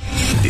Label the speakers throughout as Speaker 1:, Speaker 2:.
Speaker 1: The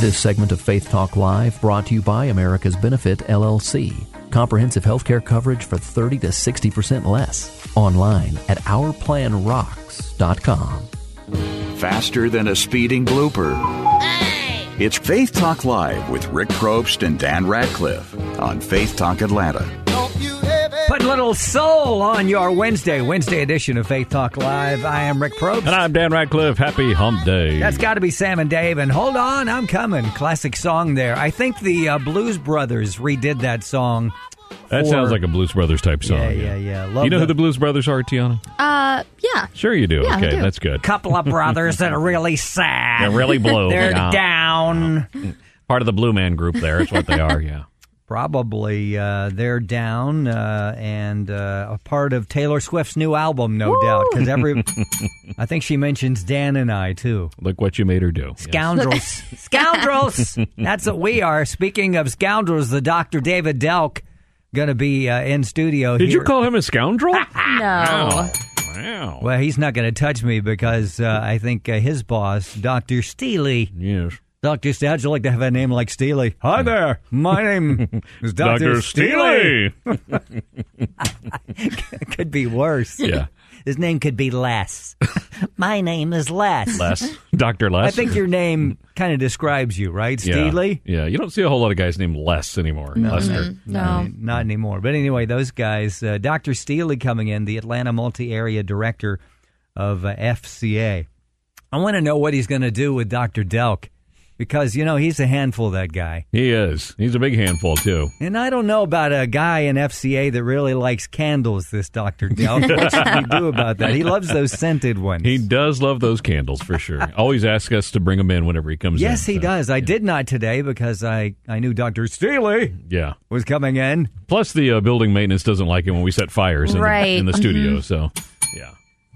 Speaker 2: This segment of Faith Talk Live brought to you by America's Benefit LLC. Comprehensive healthcare coverage for 30 to 60% less. Online at ourplanrocks.com.
Speaker 3: Faster than a speeding blooper. It's Faith Talk Live with Rick Probst and Dan Ratcliffe on Faith Talk Atlanta.
Speaker 4: Put little soul on your Wednesday, Wednesday edition of Faith Talk Live. I am Rick Probst.
Speaker 5: And I'm Dan Radcliffe. Happy Hump Day.
Speaker 4: That's got to be Sam and Dave. And hold on, I'm coming. Classic song there. I think the uh, Blues Brothers redid that song.
Speaker 5: That
Speaker 4: for-
Speaker 5: sounds like a Blues Brothers type song.
Speaker 4: Yeah, yeah, yeah. Love
Speaker 5: Oh, you know who
Speaker 4: the-
Speaker 5: the Blues Brothers are, Tiana?
Speaker 6: Uh, yeah.
Speaker 5: Sure, you do.
Speaker 6: Yeah, I
Speaker 5: okay,
Speaker 6: do.
Speaker 5: that's good.
Speaker 4: couple of brothers that are really sad.
Speaker 5: They really blow.
Speaker 4: They're
Speaker 5: Yeah.
Speaker 4: down.
Speaker 5: Part of the Blue Man Group. There, that's what they are. Yeah.
Speaker 4: Probably uh, they're down uh, and uh, a part of Taylor Swift's new album, no doubt. Because every, I think she mentions Dan and I too.
Speaker 5: Look what you made her do. Yes.
Speaker 4: Scoundrels. scoundrels. That's what we are. Speaking of scoundrels, the Dr. David Delk going to be uh, in studio
Speaker 5: Did
Speaker 4: here.
Speaker 5: you call him a scoundrel?
Speaker 6: No.
Speaker 5: wow. Wow.
Speaker 4: Well, he's not going to touch me because uh, I think uh, his boss, Dr. Steely,
Speaker 5: Yes.
Speaker 4: Dr. Steely, how'd you like to have a name like Steely? Hi there. My name is Dr.
Speaker 5: Dr. Steely.
Speaker 4: could be worse.
Speaker 5: Yeah.
Speaker 4: His name could be Les. My name is Les.
Speaker 5: Les. Dr. Les.
Speaker 4: I think your name kind of describes you, right,
Speaker 5: yeah.
Speaker 4: Steely?
Speaker 5: Yeah. You don't see a whole lot of guys named Les anymore. Lester.
Speaker 6: No.
Speaker 4: Not anymore. But anyway, those guys, uh, Dr. Steely coming in, the Atlanta multi area director of uh, FCA. I want to know what he's going to do with Dr. Delk because, you know, he's a handful, that guy.
Speaker 5: He is. He's a big handful, too.
Speaker 4: And I don't know about a guy in FCA that really likes candles, this Dr. Delk. what should we do about that? He loves those scented ones.
Speaker 5: He does love those candles for sure. Always asks us to bring them in whenever he comes in.
Speaker 4: yes, he
Speaker 5: so,
Speaker 4: does. I did not today because I, I knew Dr. Steely
Speaker 5: Yeah.
Speaker 4: was coming in.
Speaker 5: Plus, the uh, building maintenance doesn't like it when we set fires in, the-
Speaker 6: Right.
Speaker 5: in the studio. So, yeah.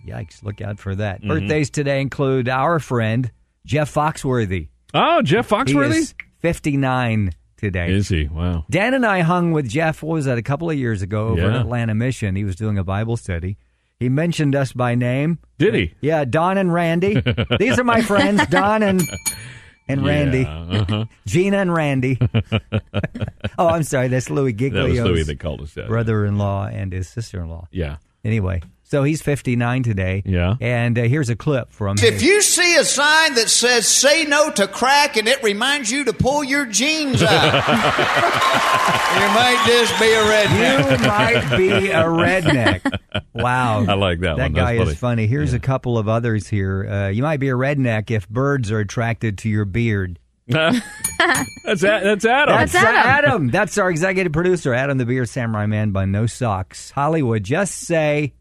Speaker 4: Yikes, look out for that. Birthdays today include our friend, Jeff Foxworthy.
Speaker 5: Oh, Jeff
Speaker 4: He
Speaker 5: Foxworthy
Speaker 4: is 59 today.
Speaker 5: Is he? Wow.
Speaker 4: Dan and I hung with Jeff, what was that, a couple of years ago over
Speaker 5: Yeah.
Speaker 4: at Atlanta Mission. He was doing a Bible study. He mentioned us by name.
Speaker 5: Did he?
Speaker 4: Yeah, Don and Randy. These are my friends, Don and and Randy.
Speaker 5: Yeah, uh-huh.
Speaker 4: Gina and Randy. oh, I'm sorry, that's Louis
Speaker 5: That was Louis
Speaker 4: Giglio's
Speaker 5: that called us. That.
Speaker 4: brother-in-law and his sister-in-law.
Speaker 5: Yeah.
Speaker 4: Anyway, so he's 59 today.
Speaker 5: Yeah.
Speaker 4: And uh, here's a clip from
Speaker 7: If you see a sign that says say no to crack and it reminds you to pull your jeans out, you might just be a redneck.
Speaker 4: You might be a redneck. Wow.
Speaker 5: I like that one.
Speaker 4: That
Speaker 5: That's
Speaker 4: guy
Speaker 5: funny.
Speaker 4: is funny. Here's a couple of others here. Uh, you might be a redneck if birds are attracted to your beard.
Speaker 5: That's a- that's Adam.
Speaker 6: That's Adam.
Speaker 4: Adam. That's our executive producer, Adam the Beard Samurai Man by No Socks. Hollywood, just say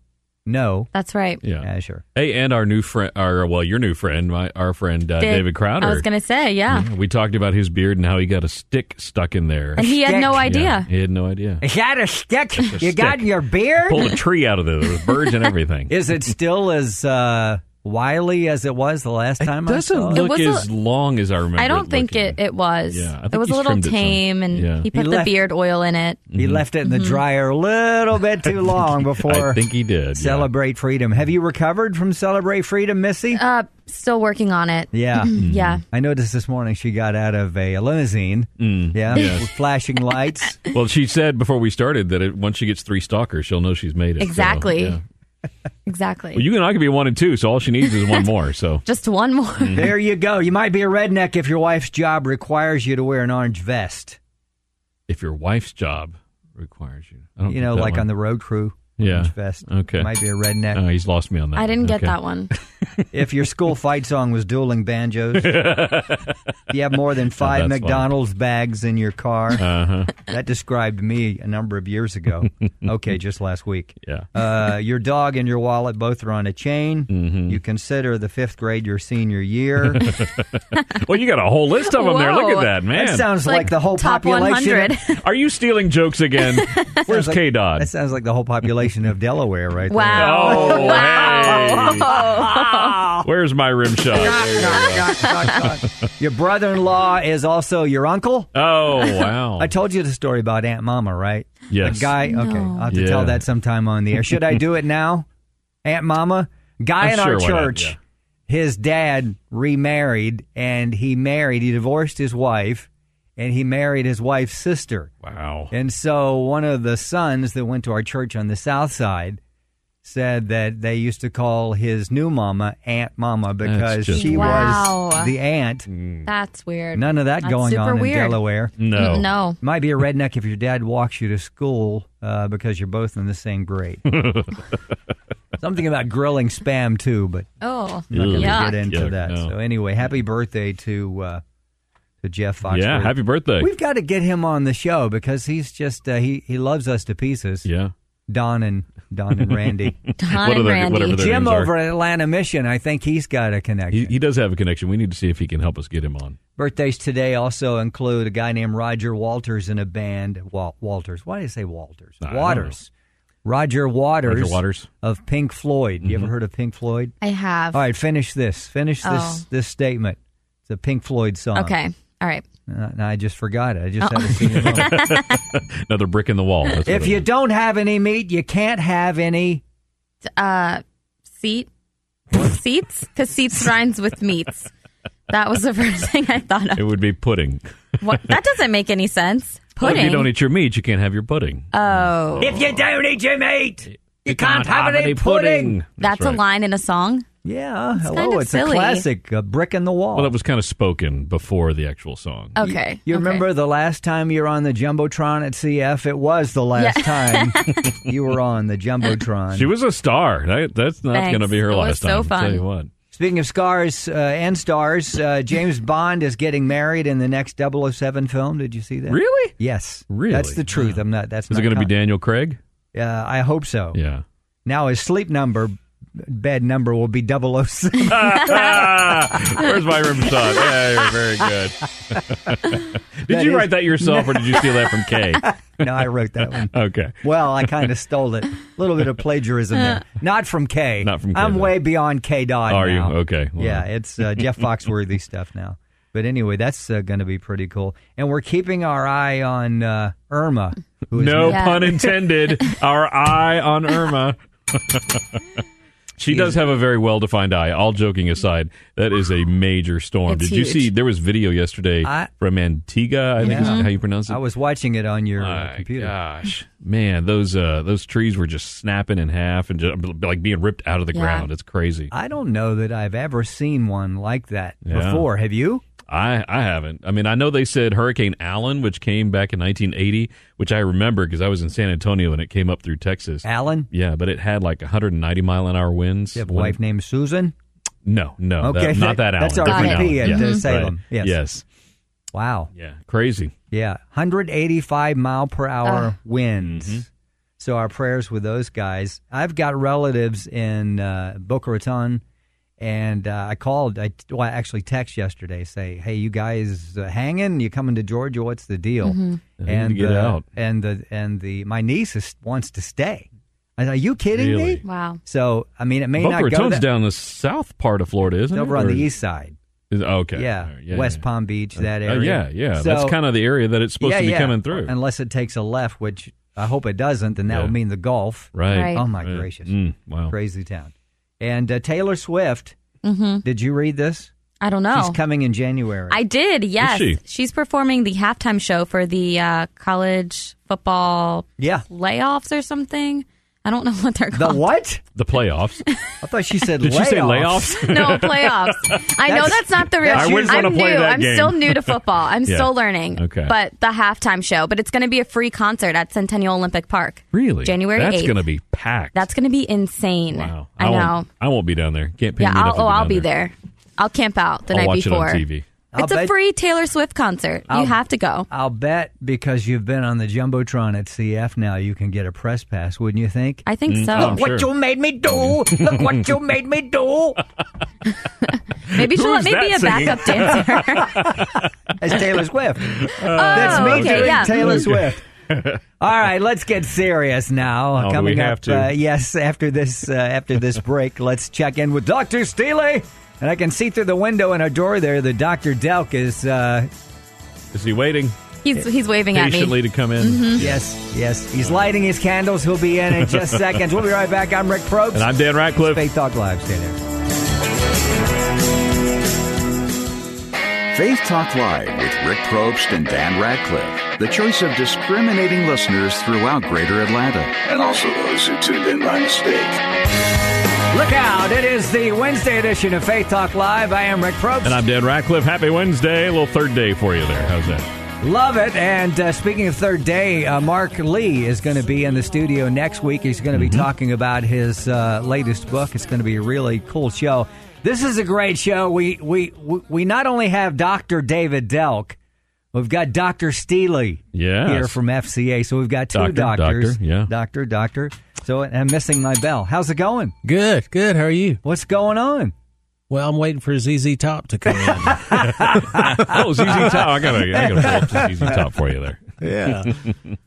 Speaker 4: no.
Speaker 6: That's right.
Speaker 5: yeah.
Speaker 4: Yeah, sure.
Speaker 5: Hey, and our new friend, our well, your new friend, my our friend uh,
Speaker 6: Did-
Speaker 5: David Crowder.
Speaker 6: I was going to say, yeah.
Speaker 5: Yeah, we talked about his beard and how he got a stick stuck in there.
Speaker 6: And he had no idea.
Speaker 5: Yeah, he had no idea.
Speaker 4: Is that a stick you
Speaker 5: stick.
Speaker 4: got in your beard?
Speaker 5: Pulled a tree out of there. There was birds and everything.
Speaker 4: Is it still as uh, wily as it was the last
Speaker 5: It
Speaker 4: time I
Speaker 5: doesn't
Speaker 4: saw it?
Speaker 5: look
Speaker 6: It was a-
Speaker 5: as long as I remember.
Speaker 6: I don't think it,
Speaker 5: looking.
Speaker 6: it was.
Speaker 5: Yeah, I think
Speaker 6: it was a
Speaker 5: he's
Speaker 6: little
Speaker 5: trimmed it some.
Speaker 6: tame, and
Speaker 5: Yeah.
Speaker 6: he put
Speaker 4: He
Speaker 6: the
Speaker 4: left-
Speaker 6: beard oil in it.
Speaker 4: He left it in the dryer a little bit too long before
Speaker 5: Mm-hmm. I think he did. yeah.
Speaker 4: Celebrate Freedom. Have you recovered from Celebrate Freedom, Missy?
Speaker 6: Uh, still working on it.
Speaker 4: yeah.
Speaker 5: Mm-hmm.
Speaker 6: Yeah.
Speaker 4: I noticed this morning she got out of a limousine.
Speaker 5: Mm.
Speaker 4: yeah. With flashing lights.
Speaker 5: Well, she said before we started that it, once she gets three stalkers, she'll know she's made it. so,
Speaker 6: Exactly.
Speaker 5: yeah.
Speaker 6: Exactly.
Speaker 5: Well, you and I could be one and two, so all she needs is one more. So
Speaker 6: Just one more.
Speaker 5: Mm.
Speaker 4: there you go. You might be a redneck if your wife's job requires you to wear an orange vest.
Speaker 5: if your wife's job requires you, I don't
Speaker 4: You know, like on the road crew.
Speaker 5: Yeah.
Speaker 4: Orange vest.
Speaker 5: Okay.
Speaker 4: Might be a redneck.
Speaker 5: Oh, he's lost me on that.
Speaker 6: I didn't get
Speaker 5: Okay.
Speaker 6: that one.
Speaker 4: if your school fight song was dueling banjos, you have more than five
Speaker 5: Oh, that's funny. Uh-huh.
Speaker 4: McDonald's bags in your car. That described me a number of years ago. okay, just last week.
Speaker 5: Yeah.
Speaker 4: Uh, your dog and your wallet both are on a chain.
Speaker 5: Mm-hmm.
Speaker 4: You consider the fifth grade your senior year.
Speaker 5: Well, you got a whole list of them there. Look at
Speaker 6: Whoa.
Speaker 5: that, man.
Speaker 4: That sounds like, the whole
Speaker 6: top
Speaker 4: population.
Speaker 6: 100.
Speaker 5: Are you stealing jokes again? Where's
Speaker 4: Sounds like-
Speaker 5: K Dot?
Speaker 4: That sounds like the whole population of Delaware, right there.
Speaker 6: Wow.
Speaker 5: Oh,
Speaker 6: wow.
Speaker 5: hey. Where's my rim shot?
Speaker 4: Your brother-in-law is also your uncle.
Speaker 5: Oh, wow.
Speaker 4: I told you the story about Aunt Mama, right?
Speaker 5: Yes.
Speaker 4: The guy. Okay, I'll have to
Speaker 5: Yeah.
Speaker 4: tell that sometime on the air. Should I do it now, Aunt Mama? Guy
Speaker 5: Oh,
Speaker 4: in our
Speaker 5: sure, why not?
Speaker 4: church,
Speaker 5: Yeah.
Speaker 4: his dad remarried, and he married. He divorced his wife, and he married his wife's sister.
Speaker 5: wow.
Speaker 4: And so one of the sons that went to our church on the south side said that they used to call his new mama Aunt Mama because
Speaker 5: just Mm.
Speaker 4: she
Speaker 6: Wow.
Speaker 4: was the aunt.
Speaker 6: That's weird.
Speaker 4: None of that
Speaker 6: That's
Speaker 4: going
Speaker 6: super
Speaker 4: on in
Speaker 6: weird.
Speaker 4: Delaware.
Speaker 5: No.
Speaker 6: Mm, No.
Speaker 4: Might be a redneck if your dad walks you to school uh, because you're both in the same grade. Something about grilling spam too, but
Speaker 6: Oh.
Speaker 4: I'm not going to
Speaker 6: Yuck.
Speaker 4: get into
Speaker 5: Yuck,
Speaker 4: that.
Speaker 5: no.
Speaker 4: So anyway, happy birthday to uh, to Jeff Foxworthy.
Speaker 5: Yeah, happy birthday.
Speaker 4: We've got to get him on the show because he's just uh, he he loves us to pieces.
Speaker 5: yeah.
Speaker 4: Don and Don and Randy.
Speaker 5: What
Speaker 6: Don
Speaker 5: are
Speaker 6: and
Speaker 5: the-
Speaker 6: Randy.
Speaker 5: whatever the- Their
Speaker 4: Jim
Speaker 5: names are-
Speaker 4: over at Atlanta Mission, I think he's got a connection.
Speaker 5: He, he does have a connection. We need to see if he can help us get him on.
Speaker 4: Birthdays today also include a guy named Roger Walters in a band. Wal- Walters. Why do you say Walters?
Speaker 5: I don't
Speaker 4: Waters. Roger Waters.
Speaker 5: Roger Waters. Mm-hmm.
Speaker 4: of Pink Floyd. You ever heard of Pink Floyd?
Speaker 6: I have.
Speaker 4: All right, finish this. Finish
Speaker 6: Oh.
Speaker 4: this this statement. It's a Pink Floyd song.
Speaker 6: Okay. Oh. All right.
Speaker 4: Uh, no, I just forgot it. I just had to sing it. along.
Speaker 5: Another brick in the wall. That's what
Speaker 4: if
Speaker 5: it
Speaker 4: you
Speaker 5: is.
Speaker 4: don't have any meat, you can't have any.
Speaker 6: Uh, seat. Seats? Because seats rhymes with meats. That was the first thing I thought
Speaker 5: it
Speaker 6: of.
Speaker 5: would be pudding.
Speaker 6: What? That doesn't make any sense.
Speaker 5: Well,
Speaker 6: Pudding.
Speaker 5: If you don't eat your meat, you can't have your pudding.
Speaker 6: oh.
Speaker 4: If you don't eat your meat, you, can't, have, any pudding.
Speaker 6: That's
Speaker 5: right.
Speaker 6: a line in a song?
Speaker 4: Yeah, hello.
Speaker 6: kind of
Speaker 4: it's a
Speaker 6: silly.
Speaker 4: classic, a brick in the wall.
Speaker 5: Well, that was kind of spoken before the actual song.
Speaker 4: Oh.
Speaker 6: Okay.
Speaker 4: you
Speaker 6: okay.
Speaker 4: remember the last time you were on the jumbotron at CF? It was the last time you were on the jumbotron.
Speaker 5: She was a star. That, that's not
Speaker 6: Thanks.
Speaker 5: going to be her
Speaker 6: It was
Speaker 5: last time.
Speaker 6: so fun.
Speaker 5: I'll tell you what.
Speaker 4: Speaking of scars uh, and stars, uh, James Bond is getting married in the next 007 film. Did you see that?
Speaker 5: Really?
Speaker 4: Yes.
Speaker 5: Really?
Speaker 4: That's the truth. I'm not. That's
Speaker 5: Is
Speaker 4: not
Speaker 5: it going to be
Speaker 4: con-
Speaker 5: Daniel Craig?
Speaker 4: Uh, I hope so.
Speaker 5: Yeah.
Speaker 4: Now his sleep number, bed number will be 007.
Speaker 5: Where's my rim shot? Yeah, you're very good. did
Speaker 4: That
Speaker 5: you
Speaker 4: is-
Speaker 5: write that yourself, or did you steal that from Kay?
Speaker 4: no, I wrote that one.
Speaker 5: Okay.
Speaker 4: Well, I kind of stole it. A little bit of plagiarism there. Not from K.
Speaker 5: Not from K,
Speaker 4: I'm
Speaker 5: though.
Speaker 4: way beyond K. Dodd.
Speaker 5: Are
Speaker 4: now.
Speaker 5: you? Okay. Well,
Speaker 4: Yeah, it's uh, Jeff Foxworthy stuff now. But anyway, that's uh, going to be pretty cool. And we're keeping our eye on uh, Irma. Who is
Speaker 5: No
Speaker 6: Yeah.
Speaker 5: pun intended. Our eye on Irma. she does have a very well defined eye. All joking aside, that is a major storm.
Speaker 6: It's
Speaker 5: Did you
Speaker 6: huge.
Speaker 5: see? There was video yesterday
Speaker 4: I-
Speaker 5: from Antigua. I think is
Speaker 4: Yeah.
Speaker 5: how you pronounce it.
Speaker 4: I was watching it on your uh,
Speaker 5: My
Speaker 4: computer.
Speaker 5: gosh, man, those uh, those trees were just snapping in half and just, like being ripped out of the
Speaker 6: Yeah.
Speaker 5: ground. It's crazy.
Speaker 4: I don't know that I've ever seen one like that
Speaker 5: Yeah.
Speaker 4: before. Have you?
Speaker 5: I, I haven't. I mean, I know they said Hurricane Allen, which came back in 1980, which I remember because I was in San Antonio and it came up through Texas.
Speaker 4: Alan?
Speaker 5: Yeah, but it had like 190 mile an hour winds.
Speaker 4: You have a
Speaker 5: One-
Speaker 4: wife named Susan?
Speaker 5: No, no,
Speaker 4: Okay,
Speaker 5: that- not that Allen.
Speaker 4: that's our
Speaker 5: different
Speaker 4: VP
Speaker 5: Allen.
Speaker 4: at, uh,
Speaker 5: right.
Speaker 4: Salem. Yes.
Speaker 5: yes,
Speaker 4: Wow.
Speaker 5: yeah, crazy.
Speaker 4: Yeah. 185 mile per hour winds.
Speaker 5: Mm-hmm.
Speaker 4: So our prayers with those guys. I've got relatives in uh, Boca Raton, and uh, I called. I well, I actually text yesterday, say, "Hey, you guys uh, hanging? You coming to Georgia? What's the deal?"
Speaker 5: need to get
Speaker 4: uh,
Speaker 5: out.
Speaker 4: And the and the my niece is, wants to stay. I said, "Are you kidding
Speaker 5: Really?
Speaker 4: me?"
Speaker 6: Wow.
Speaker 4: So I mean, it may
Speaker 5: Boca
Speaker 4: not go
Speaker 5: Raton's
Speaker 4: that,
Speaker 5: down the south part of Florida, isn't
Speaker 4: it's
Speaker 5: it?
Speaker 4: over on
Speaker 5: Or
Speaker 4: the
Speaker 5: is-
Speaker 4: east side.
Speaker 5: is- okay, All
Speaker 4: Yeah,
Speaker 5: right, yeah,
Speaker 4: West
Speaker 5: yeah.
Speaker 4: Palm Beach, that
Speaker 5: Oh,
Speaker 4: area.
Speaker 5: yeah, yeah. That's kind of the area that it's supposed to be coming through.
Speaker 4: Unless it takes a left, which I hope it doesn't, then that
Speaker 5: Yeah.
Speaker 4: would mean the Gulf.
Speaker 5: right.
Speaker 6: Right.
Speaker 4: Oh my
Speaker 5: Right.
Speaker 4: gracious,
Speaker 5: Mm, wow.
Speaker 4: crazy town. And uh, Taylor Swift, did you read this?
Speaker 6: I don't know.
Speaker 4: She's coming in January.
Speaker 6: Mm-hmm. I did, yes.
Speaker 5: she?
Speaker 6: She's performing the halftime show for the uh, college football
Speaker 4: yeah,
Speaker 6: playoffs or something. I don't know what they're
Speaker 4: The
Speaker 6: called.
Speaker 4: what?
Speaker 8: The playoffs.
Speaker 4: I thought she said
Speaker 8: Did
Speaker 4: layoffs.
Speaker 8: you say layoffs?
Speaker 6: No playoffs. I know that's not the real.
Speaker 8: I wouldn't wanna
Speaker 6: I'm new.
Speaker 8: play that
Speaker 6: I'm
Speaker 8: game.
Speaker 6: still new to football. I'm
Speaker 8: Yeah.
Speaker 6: still learning.
Speaker 8: Okay.
Speaker 6: But the halftime show. But it's going to be a free concert at Centennial Olympic Park.
Speaker 8: Really?
Speaker 6: January
Speaker 8: That's
Speaker 6: 8th.
Speaker 8: going to be packed.
Speaker 6: That's going to be insane.
Speaker 8: wow.
Speaker 6: I, know.
Speaker 8: Won't, I won't be down there. Can't pay
Speaker 6: Yeah.
Speaker 8: me enough
Speaker 6: I'll,
Speaker 8: to
Speaker 6: oh,
Speaker 8: be
Speaker 6: I'll
Speaker 8: down
Speaker 6: be
Speaker 8: there.
Speaker 6: there. I'll camp out the
Speaker 8: I'll
Speaker 6: night
Speaker 8: watch
Speaker 6: before.
Speaker 8: it on TV.
Speaker 4: I'll
Speaker 6: it's a
Speaker 4: bet-
Speaker 6: free Taylor Swift concert.
Speaker 4: I'll-
Speaker 6: you have to go.
Speaker 4: I'll bet because you've been on the jumbotron at CF now, you can get a press pass, wouldn't you think?
Speaker 6: I think so.
Speaker 8: Mm, oh,
Speaker 5: Oh,
Speaker 8: I'm sure.
Speaker 4: What you made me do! Look what you made me do!
Speaker 6: Maybe she'll let
Speaker 8: Who's
Speaker 6: me be a
Speaker 8: that singing?
Speaker 6: backup dancer.
Speaker 4: As Taylor Swift.
Speaker 6: That's
Speaker 4: me doing
Speaker 6: Oh, yeah.
Speaker 4: Taylor Swift. All right, let's get serious now.
Speaker 8: Oh, do
Speaker 4: Coming
Speaker 8: we have
Speaker 4: up,
Speaker 8: to?
Speaker 4: Uh, yes, after this, uh, after this break, let's check in with Doctor Steely. And I can see through the window in our door there that Doctor Delk is. Uh,
Speaker 8: Is he waiting
Speaker 6: He's he's waving at me. Mm-hmm.
Speaker 8: patiently to come in?
Speaker 4: yes, yes, he's lighting his candles. He'll be in in just seconds. We'll be right back. I'm Rick Probst.
Speaker 8: And I'm Dan Ratcliffe.
Speaker 4: Faith Talk Live. Stay there.
Speaker 3: Faith Talk Live with Rick Probst and Dan Ratcliffe, the choice of discriminating listeners throughout Greater Atlanta.
Speaker 9: And also those who tuned in by mistake.
Speaker 4: Look out! It is the Wednesday edition of Faith Talk Live. I am Rick Probst.
Speaker 8: And I'm Dan Ratcliffe. Happy Wednesday. A little third day for you there. How's that?
Speaker 4: Love it. And uh, speaking of third day, uh, Mark Lee is going to be in the studio next week. He's going to
Speaker 8: Mm-hmm.
Speaker 4: be talking about his uh, latest book. It's going to be a really cool show. This is a great show. We we we we not only have Dr. David Delk, we've got Dr. Steely
Speaker 8: Yes.
Speaker 4: here from FCA. So we've got two
Speaker 8: Doctor,
Speaker 4: doctors.
Speaker 8: doctor, yeah.
Speaker 4: Doctor, doctor. So I'm missing my bell. How's it going?
Speaker 7: Good, good. How are you?
Speaker 4: What's going on?
Speaker 7: Well, I'm waiting for ZZ Top to come in.
Speaker 8: Oh, ZZ Top. I got to I gotta pull up the ZZ Top for you there.
Speaker 7: yeah.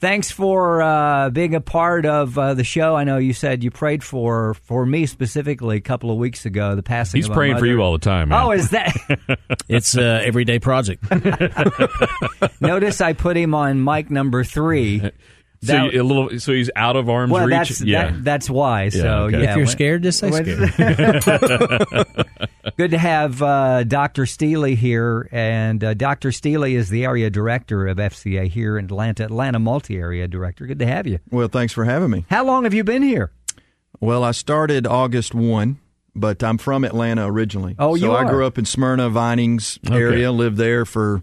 Speaker 4: Thanks for uh, being a part of uh, the show. I know you said you prayed for for me specifically a couple of weeks ago. The passing.
Speaker 8: He's
Speaker 4: of my
Speaker 8: praying for
Speaker 4: mother.
Speaker 8: you all the time. Man.
Speaker 4: Oh, is that?
Speaker 7: It's a everyday project.
Speaker 4: Notice I put him on mic number three.
Speaker 8: so,
Speaker 4: that-
Speaker 8: you- a little, so he's out of arm's
Speaker 4: Well,
Speaker 8: reach?
Speaker 4: that's
Speaker 8: yeah.
Speaker 4: that, that's why. so
Speaker 8: okay.
Speaker 4: yeah,
Speaker 7: if you're
Speaker 4: when-
Speaker 7: scared, just say
Speaker 4: when-
Speaker 7: scared.
Speaker 4: Good to have uh, Dr. Steely here. And uh, Dr. Steely is the area director of FCA here in Atlanta, Atlanta multi area director. Good to have you.
Speaker 5: Well, thanks for having me.
Speaker 4: How long have you been here?
Speaker 5: Well, I started August 1, but I'm from Atlanta originally.
Speaker 4: Oh,
Speaker 5: so
Speaker 4: you
Speaker 5: I
Speaker 4: are.
Speaker 5: grew up in Smyrna, Vinings area, lived there for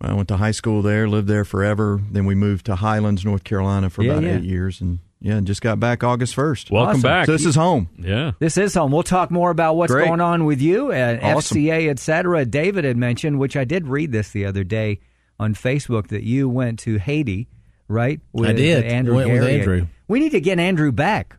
Speaker 5: I went to high school there, lived there forever. Then we moved to Highlands, North Carolina for
Speaker 4: Yeah,
Speaker 5: about
Speaker 4: yeah.
Speaker 5: 8 years and yeah, and just got back August 1st.
Speaker 8: Welcome
Speaker 4: Awesome.
Speaker 8: back.
Speaker 5: so this is home.
Speaker 8: yeah.
Speaker 4: This is home. We'll talk more about what's
Speaker 5: Great.
Speaker 4: going on with you and
Speaker 5: Awesome.
Speaker 4: FCA, et cetera. David had mentioned, which I did read this the other day on Facebook, that you went to Haiti, right? With
Speaker 7: did.
Speaker 4: Andrew
Speaker 7: Went with
Speaker 4: Garriott.
Speaker 7: Andrew.
Speaker 4: We need to get Andrew back,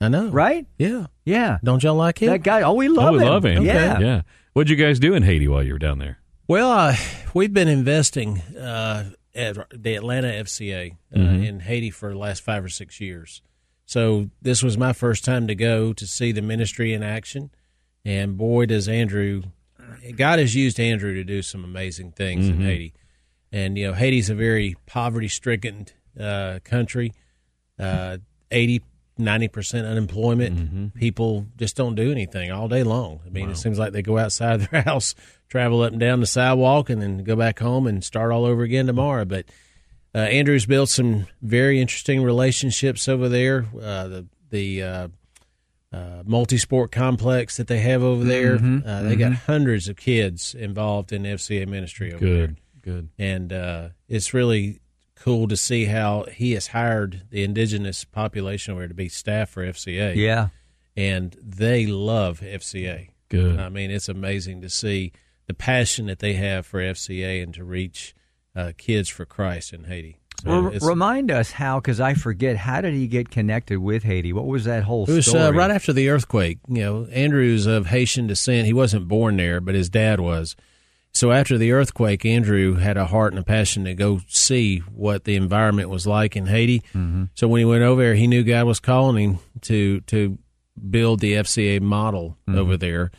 Speaker 7: I know.
Speaker 4: right?
Speaker 7: Yeah.
Speaker 4: Yeah.
Speaker 7: Don't y'all like him?
Speaker 4: That guy. Oh, we love
Speaker 8: oh, we
Speaker 4: him.
Speaker 8: love him.
Speaker 4: Yeah.
Speaker 8: yeah. What'd you guys do in Haiti while you were down there?
Speaker 7: Well, uh, we've been investing uh, at the Atlanta FCA uh, in Haiti for the last five or six years. So this was my first time to go to see the ministry in action, and boy, does Andrew, God has used Andrew to do some amazing things in Haiti. And you know, Haiti's a very poverty-stricken uh, country. Uh, 80 90% unemployment. People just don't do anything all day long. I mean, it seems like they go outside their house, travel up and down the sidewalk, and then go back home and start all over again tomorrow. But uh, Andrew's built some very interesting relationships over there. Uh, the the uh, uh, multi-sport complex that they have over there, uh, they got hundreds of kids involved in FCA ministry over there
Speaker 8: Good. Good.
Speaker 7: and uh, it's really cool to see how he has hired the indigenous population over here to be staff for FCA.
Speaker 4: Yeah.
Speaker 7: and they love FCA.
Speaker 8: Good.
Speaker 7: I mean, it's amazing to see the passion that they have for FCA and to reach uh, kids for Christ in Haiti. So
Speaker 4: Well,
Speaker 7: it's-
Speaker 4: remind us how, because I forget. How did he get connected with Haiti? What was that whole
Speaker 7: It was
Speaker 4: story?
Speaker 7: uh, right after the earthquake. You know, Andrew's of Haitian descent. He wasn't born there, but his dad was. So after the earthquake, Andrew had a heart and a passion to go see what the environment was like in Haiti. So when he went over there, he knew God was calling him to to build the FCA model over there.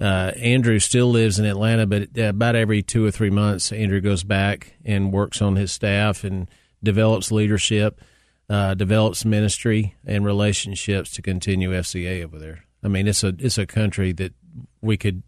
Speaker 7: Uh, Andrew still lives in Atlanta, but uh, about every two or three months, Andrew goes back and works on his staff and develops leadership uh, develops ministry and relationships to continue FCA over there. I mean, it's a it's a country that we could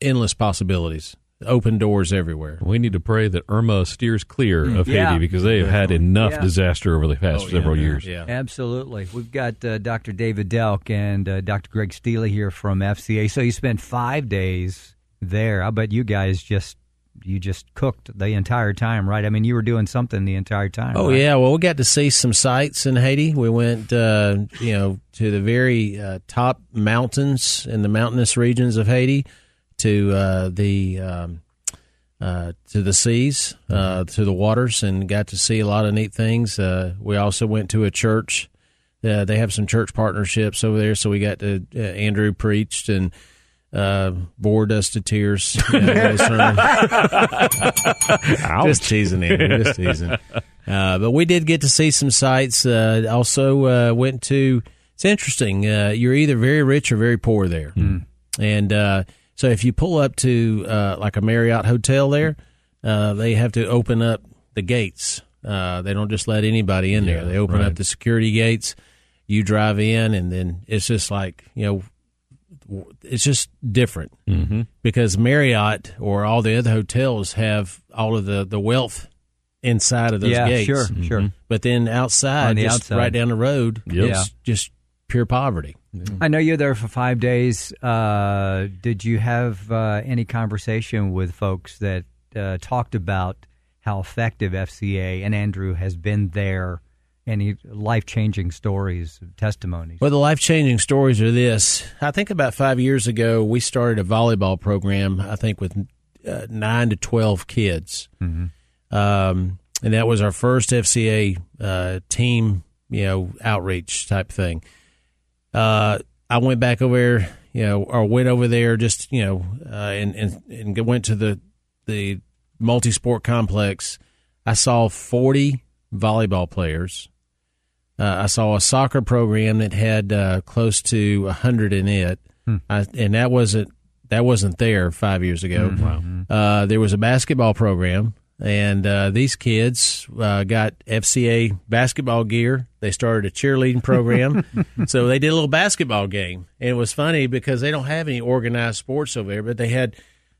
Speaker 7: endless possibilities open doors everywhere.
Speaker 8: We need to pray that Irma steers clear
Speaker 7: Mm.
Speaker 8: of
Speaker 7: Yeah.
Speaker 8: Haiti because they have had enough
Speaker 4: Yeah.
Speaker 8: disaster over the past
Speaker 7: Oh, yeah,
Speaker 8: several
Speaker 7: yeah,
Speaker 8: years.
Speaker 4: Absolutely. We've got uh, Dr. David Delk and uh, Dr. Greg Steele here from FCA. So you spent five days there. I bet you guys just you just cooked the entire time, right? I mean, you were doing something the entire time.
Speaker 7: Oh
Speaker 4: right?
Speaker 7: yeah, well we got to see some sights in Haiti. We went, uh, you know, to the very uh, top mountains in the mountainous regions of Haiti, to uh, the um, uh, to the seas, uh, to the waters, and got to see a lot of neat things. Uh, we also went to a church. Uh, they have some church partnerships over there, so we got to uh, Andrew preached and. Uh, bored us to tears. you know, his sermon.
Speaker 8: Ouch.
Speaker 7: Just teasing Andrew. Just teasing. Uh, but we did get to see some sights. Uh, also uh, went to. It's interesting. Uh, you're either very rich or very poor there, and uh, so if you pull up to uh, like a Marriott hotel there, uh, they have to open up the gates. Uh, they don't just let anybody in there. They open up
Speaker 8: right.
Speaker 7: the security gates. You drive in, and then it's just like you know, w- it's just different
Speaker 4: Mm-hmm.
Speaker 8: Mhm.
Speaker 7: because Marriott or all the other hotels have all of the, the wealth inside of those
Speaker 4: Yeah,
Speaker 7: gates. Mm-hmm.
Speaker 4: sure, sure. Mhm.
Speaker 7: But then outside,
Speaker 4: On the
Speaker 7: just
Speaker 4: outside.
Speaker 7: right down the road,
Speaker 4: Yep.
Speaker 7: it's just pure poverty.
Speaker 4: I know you're there for five days. Uh, did you have uh, any conversation with folks that uh, talked about how effective FCA and Andrew has been there? Any life changing stories, testimonies?
Speaker 7: Well, the life changing stories are this. I think about five years ago, we started a volleyball program, I think, with uh, nine to 12 kids. Um, and that was our first FCA uh, team, you know, outreach type thing. Uh, I went back over there, you know, or went over there just, you know, uh, and, and, and went to the, the multi sport complex. I saw 40 volleyball players. Uh, I saw a soccer program that had uh, close to hundred in it, I, and that wasn't that wasn't there five years ago. Uh, there was a basketball program, and uh, these kids uh, got FCA basketball gear. They started a cheerleading program, so they did a little basketball game, and it was funny because they don't have any organized sports over there, but they had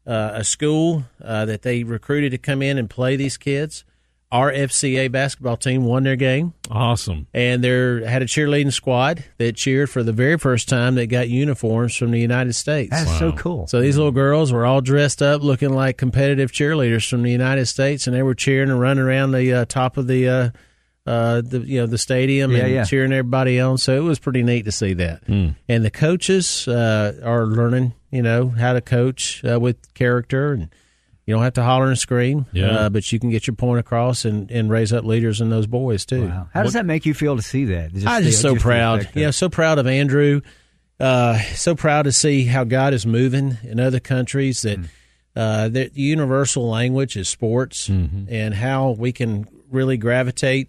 Speaker 7: uh, a school uh, that they recruited to come in and play these kids. Our FCA basketball team won their game
Speaker 8: Awesome.
Speaker 7: and they had a cheerleading squad that cheered for the very first time that got uniforms from the United States.
Speaker 4: That's so cool.
Speaker 7: So these little girls were all dressed up, looking like competitive cheerleaders from the United States, and they were cheering and running around the uh, top of the, uh, uh, the you know the stadium
Speaker 4: Yeah,
Speaker 7: and
Speaker 4: yeah. Hmm.
Speaker 7: cheering everybody on. So it was pretty neat to see that. And the coaches uh, are learning, you know, how to coach uh, with character, and you don't have to holler and scream,
Speaker 8: Yeah.
Speaker 7: uh, but you can get your point across and, and raise up leaders in those boys too.
Speaker 4: Wow. How does that make you feel to see that? Just
Speaker 7: I'm just
Speaker 4: the-
Speaker 7: so
Speaker 4: the
Speaker 7: proud.
Speaker 4: effect of-
Speaker 7: Yeah, so proud of Andrew. Uh, so proud to see how God is moving in other countries. That uh, the universal language is sports, and how we can really gravitate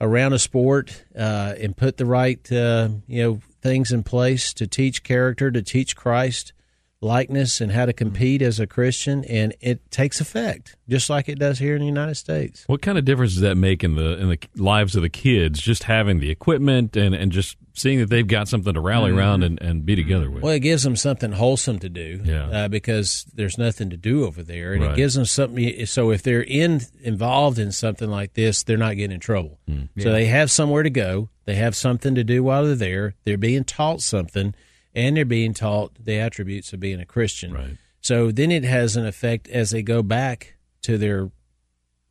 Speaker 7: around a sport uh, and put the right uh, you know things in place to teach character, to teach Christ likeness, and how to compete as a Christian. And it takes effect, just like it does here in the United States.
Speaker 8: What kind of difference does that make in the in the lives of the kids? Just having the equipment and, and just seeing that they've got something to rally around and, and be together with.
Speaker 7: Mm-hmm. Well, it gives them something wholesome to do,
Speaker 8: Yeah.
Speaker 7: uh, because there's nothing to do over there, and
Speaker 8: Right.
Speaker 7: it gives them something. So if they're in involved in something like this, they're not getting in trouble.
Speaker 8: Hmm.
Speaker 7: So they have somewhere to go. They have something to do while they're there. They're being taught something, and they're being taught the attributes of being a Christian.
Speaker 8: Right.
Speaker 7: So then it has an effect as they go back to their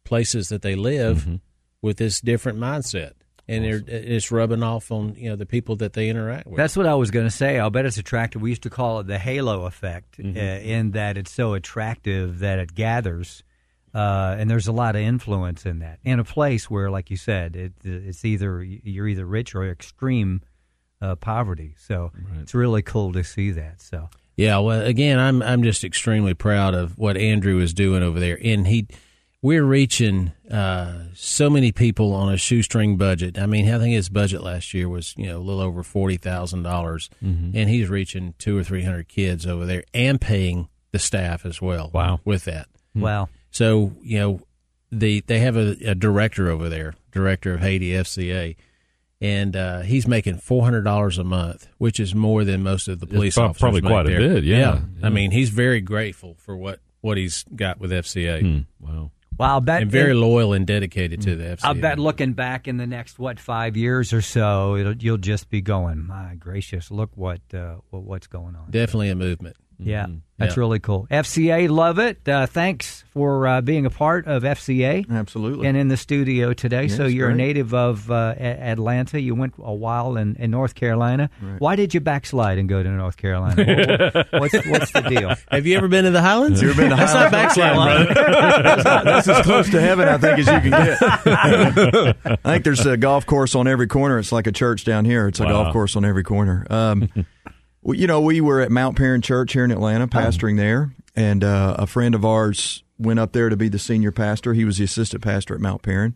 Speaker 7: places that they live
Speaker 8: Mm-hmm.
Speaker 7: with this different mindset, and they're, it's rubbing off on you know the people that they interact with.
Speaker 4: That's what I was going to say. I'll bet it's attractive. We used to call it the halo effect,
Speaker 7: Mm-hmm.
Speaker 4: uh, in that it's so attractive that it gathers, uh, and there's a lot of influence in that. In a place where, like you said, it, it's either you're either rich or extreme uh, poverty. So it's really cool to see that. So
Speaker 7: Yeah, well, again, I'm I'm just extremely proud of what Andrew is doing over there, and he, we're reaching uh, so many people on a shoestring budget. I mean, I think his budget last year was you know a little over forty dollars, and he's reaching two or three hundred kids over there, and paying the staff as well.
Speaker 8: Wow.
Speaker 7: with that,
Speaker 4: wow,
Speaker 7: so you know, the they have a, a director over there, director of Haiti FCA, and uh, he's making four hundred dollars a month, which is more than most of the police
Speaker 8: prob-
Speaker 7: officers
Speaker 8: probably
Speaker 7: make
Speaker 8: quite a
Speaker 7: there.
Speaker 8: bit, yeah.
Speaker 7: I mean, he's very grateful for what
Speaker 10: what he's got with FCA.
Speaker 8: Hmm.
Speaker 5: Wow.
Speaker 4: Wow, bet
Speaker 10: and very loyal and dedicated to the FCA.
Speaker 4: I bet looking back in the next what five years or so, it'll, you'll just be going, my gracious, look what uh, what what's going on.
Speaker 10: Definitely a movement.
Speaker 7: Mm-hmm.
Speaker 4: Yeah, that's
Speaker 10: Yeah.
Speaker 4: really cool. FCA, love it. Uh, thanks for uh, being a part of FCA.
Speaker 7: Absolutely.
Speaker 4: And in the studio today.
Speaker 7: Yeah,
Speaker 4: so
Speaker 7: it's
Speaker 4: you're a
Speaker 7: great.
Speaker 4: native of uh, A- Atlanta. You went a while in, in North Carolina. Why did you backslide and go to North Carolina? What- what- what's, what's the deal?
Speaker 10: Have you ever been to the Highlands?
Speaker 7: You ever been to
Speaker 10: That's
Speaker 7: Highland,
Speaker 10: not
Speaker 7: North
Speaker 10: backsliding,
Speaker 7: Carolina?
Speaker 10: brother.
Speaker 7: That's not- That's as close to heaven, I think, as you can get. I think there's a golf course on every corner. It's like a church down here. It's a
Speaker 5: Wow.
Speaker 7: golf course on every corner. Um, well, you know, we were at Mount Perrin Church here in Atlanta, pastoring there, and uh, a friend of ours went up there to be the senior pastor. He was the assistant pastor at Mount Perrin,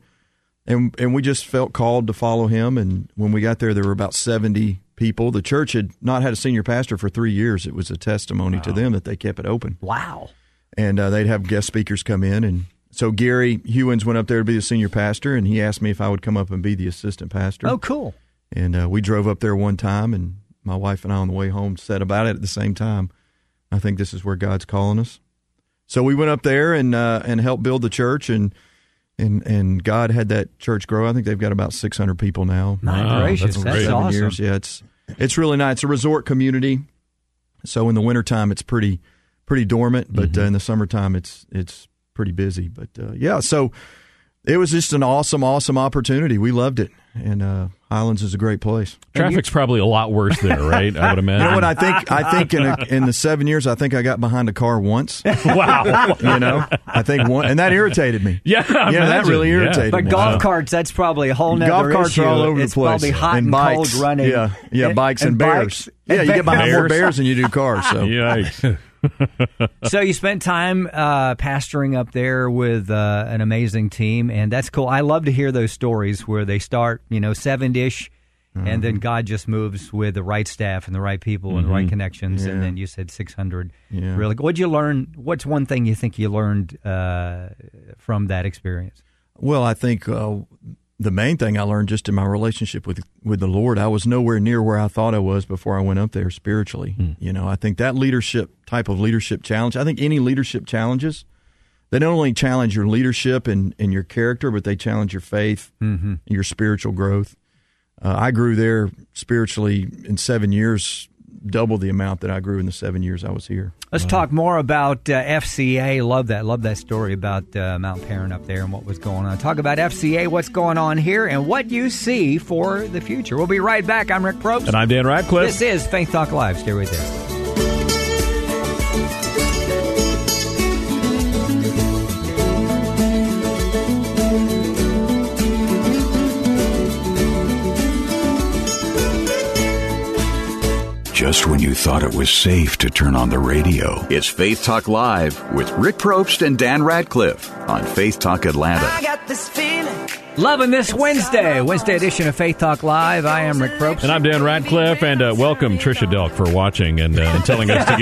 Speaker 7: and and we just felt called to follow him. And when we got there, there were about seventy people. The church had not had a senior pastor for three years. It was a testimony to them that they kept it open
Speaker 4: Wow.
Speaker 7: and uh, they'd have guest speakers come in. And so Gary Hewins went up there to be the senior pastor, and he asked me if I would come up and be the assistant pastor.
Speaker 4: Oh, cool.
Speaker 7: And uh, we drove up there one time, and my wife and I on the way home said about it at the same time. I think this is where God's calling us. So we went up there and uh, and helped build the church, and and and God had that church grow. I think they've got about six hundred people now.
Speaker 4: My
Speaker 5: Wow,
Speaker 4: gracious,
Speaker 5: that's
Speaker 4: that's,
Speaker 5: great.
Speaker 7: Seven
Speaker 4: awesome.
Speaker 7: years. Yeah, it's it's really nice. It's a resort community, so in the wintertime it's pretty pretty dormant, but uh, in the summertime it's it's pretty busy. But uh, yeah, so it was just an awesome, awesome opportunity. We loved it, and uh, Highlands is a great place.
Speaker 5: Traffic's probably a lot worse there, right? I would
Speaker 7: You
Speaker 5: imagine.
Speaker 7: know what I think? I think in, a, in the seven years, I think I got behind a car once.
Speaker 5: wow.
Speaker 7: You know, I think one, and that irritated me.
Speaker 5: Yeah.
Speaker 7: Yeah, that really irritated
Speaker 4: But
Speaker 7: me.
Speaker 4: golf carts, that's probably a whole nother
Speaker 7: Golf carts
Speaker 4: issue.
Speaker 7: are all over
Speaker 4: it's
Speaker 7: the place.
Speaker 4: probably hot and,
Speaker 7: bikes.
Speaker 4: cold running.
Speaker 7: Yeah, yeah, bikes and, bears.
Speaker 4: bikes.
Speaker 7: yeah, you get behind more
Speaker 5: Bears.
Speaker 7: bears than you do cars. So
Speaker 5: Yikes.
Speaker 4: so you spent time uh, pastoring up there with uh, an amazing team, and that's cool. I love to hear those stories where they start, you know, seven ish, and
Speaker 7: Mm-hmm.
Speaker 4: then God just moves with the right staff and the right people and the right connections, and then you said six hundred.
Speaker 7: Yeah.
Speaker 4: Really, what'd you learn? What's one thing you think you learned uh, from that experience?
Speaker 7: Well, I think uh, the main thing I learned just in my relationship with with the Lord, I was nowhere near where I thought I was before I went up there spiritually. You know, I think that leadership type of leadership challenge. I think any leadership challenges they not only challenge your leadership and, and your character, but they challenge your faith, and your spiritual growth. Uh, I grew there spiritually in seven years, double the amount that I grew in the seven years I was here.
Speaker 5: Mm.
Speaker 4: Let's talk more about uh, FCA. Love that. Love that story about uh, Mount Perrin up there and what was going on. Talk about FCA, what's going on here, and what you see for the future. We'll be right back. I'm Rick Probst.
Speaker 5: And I'm Dan Radcliffe.
Speaker 4: this is Faith Talk Live. Stay right there.
Speaker 1: Just when you thought it was safe to turn on the radio, it's Faith Talk Live with Rick Probst and Dan Radcliffe on Faith Talk Atlanta.
Speaker 11: got this feeling.
Speaker 4: Loving this Wednesday, Wednesday edition of Faith Talk Live. I am Rick Probst.
Speaker 5: And I'm Dan Radcliffe, and uh, welcome Trisha Delk for watching and, uh, and telling us to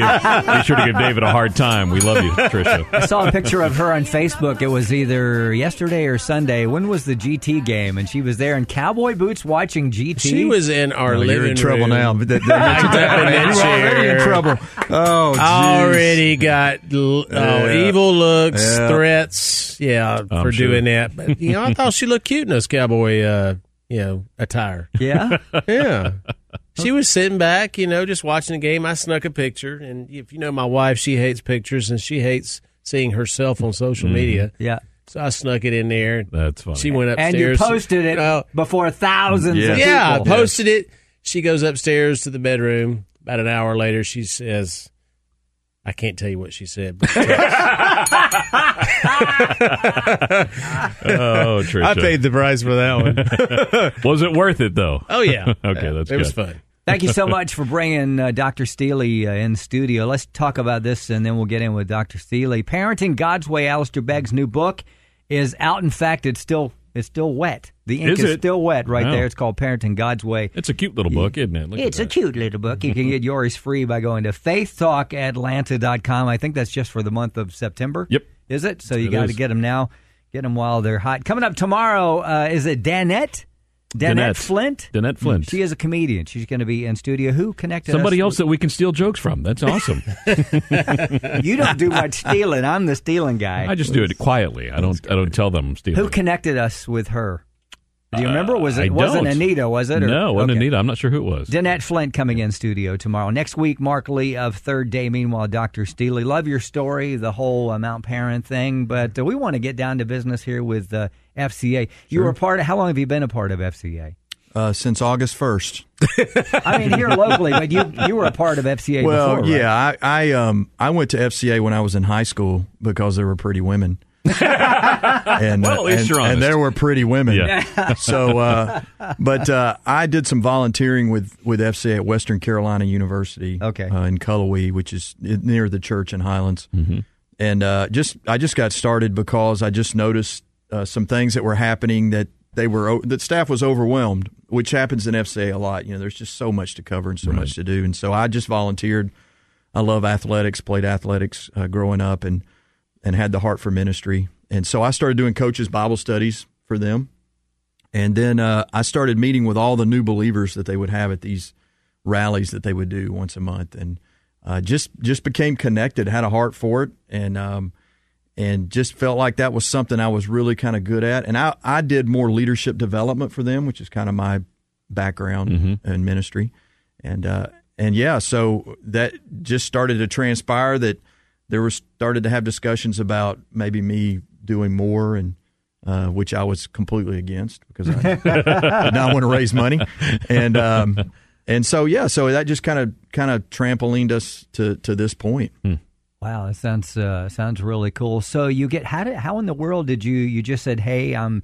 Speaker 5: give, be sure to give David a hard time. We love you, Trisha.
Speaker 4: I saw a picture of her on Facebook. It was either yesterday or Sunday. When was the GT game? And she was there in cowboy boots watching GT.
Speaker 10: She was in our
Speaker 7: Oh,
Speaker 10: living
Speaker 7: you're in trouble
Speaker 10: room.
Speaker 7: now. But that-
Speaker 10: I
Speaker 7: that-
Speaker 10: got in that
Speaker 7: you're already in
Speaker 10: chair.
Speaker 7: trouble. Oh, geez.
Speaker 10: Already got l- oh,
Speaker 7: Yeah.
Speaker 10: evil looks,
Speaker 7: Yeah.
Speaker 10: threats, yeah, for
Speaker 5: sure.
Speaker 10: doing that. But you know, I thought she looked cute in those cowboy, uh, you know, attire.
Speaker 4: Yeah.
Speaker 10: Yeah, she was sitting back, you know, just watching the game. I snuck a picture, and if you know my wife, she hates pictures and she hates seeing herself on social
Speaker 7: Mm-hmm.
Speaker 10: media.
Speaker 4: Yeah.
Speaker 10: So I snuck it in there.
Speaker 5: That's funny.
Speaker 10: She went upstairs
Speaker 4: And you posted it
Speaker 10: Oh,
Speaker 4: before thousands of people.
Speaker 10: yeah, I posted it. She goes upstairs to the bedroom. About an hour later, she says, "I can't tell you what she said." But
Speaker 5: oh, Trisha.
Speaker 10: the price for that one.
Speaker 5: Was it worth it, though?
Speaker 10: Oh yeah.
Speaker 5: Okay,
Speaker 10: Yeah,
Speaker 5: that's
Speaker 10: it was
Speaker 5: good.
Speaker 10: fun.
Speaker 4: Thank you so much for bringing uh, Dr. Steely uh, in studio. Let's talk about this and then we'll get in with Dr. Steely. Parenting God's Way, Alistair Begg's new book is out. In fact, it's still it's still wet. The ink
Speaker 5: Is
Speaker 4: is,
Speaker 5: it?
Speaker 4: still wet right
Speaker 5: Wow.
Speaker 4: there. It's called Parenting God's Way.
Speaker 5: It's a cute little book, isn't it? Look at
Speaker 4: It's a
Speaker 5: that.
Speaker 4: cute little book. You can get yours free by going to faithtalkatlanta.com. I think that's just for the month of September.
Speaker 5: Yep.
Speaker 4: Is it? So you
Speaker 5: It
Speaker 4: got to
Speaker 5: is.
Speaker 4: get them now. Get them while they're hot. Coming up tomorrow, uh, is it Danette? Danette,
Speaker 5: Danette.
Speaker 4: Flint. Mm,
Speaker 5: Danette Flint.
Speaker 4: She is a comedian. She's going to be in studio. Who connected?
Speaker 5: Somebody
Speaker 4: us
Speaker 5: else that we can steal jokes from. That's awesome.
Speaker 4: you don't do much stealing. I'm the stealing guy.
Speaker 5: I just do it quietly. I don't. I don't tell them I'm stealing.
Speaker 4: Who connected us with her? Do you remember? Was it
Speaker 5: Uh, I
Speaker 4: wasn't
Speaker 5: don't.
Speaker 4: Anita? Was it? Or,
Speaker 5: no, it wasn't
Speaker 4: okay.
Speaker 5: Anita. I'm not sure who it was.
Speaker 4: Danette Flint coming in studio tomorrow. Next week, Mark Lee of Third Day. Meanwhile, Dr. Steely. Love your story, the whole uh, Mount Parent thing, but uh, we want to get down to business here with uh, FCA. You
Speaker 7: Sure.
Speaker 4: were a part of, how long have you been a part of FCA?
Speaker 7: uh, since August first.
Speaker 4: I mean, here locally, but you you were a part of FCA
Speaker 7: well,
Speaker 4: before, right?
Speaker 7: yeah, I, I um I went to FCA when I was in high school because there were pretty women. and,
Speaker 5: Well, at least
Speaker 7: and,
Speaker 5: you're
Speaker 7: and
Speaker 5: honest.
Speaker 7: there were pretty women.
Speaker 5: Yeah.
Speaker 7: so, uh, but uh, I did some volunteering with, with FCA at Western Carolina University. Okay. Uh, in Cullowhee, which is near the church in Highlands, and uh, just I just got started because I just noticed uh, some things that were happening that they were o- that staff was overwhelmed, which happens in FCA a lot. You know, there's just so much to cover and so much to do, and so I just volunteered. I love athletics, played athletics uh, growing up, and and had the heart for ministry. And so I started doing coaches Bible studies for them. And then uh, I started meeting with all the new believers that they would have at these rallies that they would do once a month, and uh, just just became connected, had a heart for it, and um, and just felt like that was something I was really kind of good at. And I I did more leadership development for them, which is kind of my background in ministry, and uh, and yeah, so that just started to transpire that there was started to have discussions about maybe me doing more and. Uh, which I was completely against because I did not want to raise money, and um, and so yeah, so that just kind of kind of trampolined us to to this point.
Speaker 4: Wow, that sounds uh, sounds really cool. So you get how did how in the world did you you just said, "Hey, I'm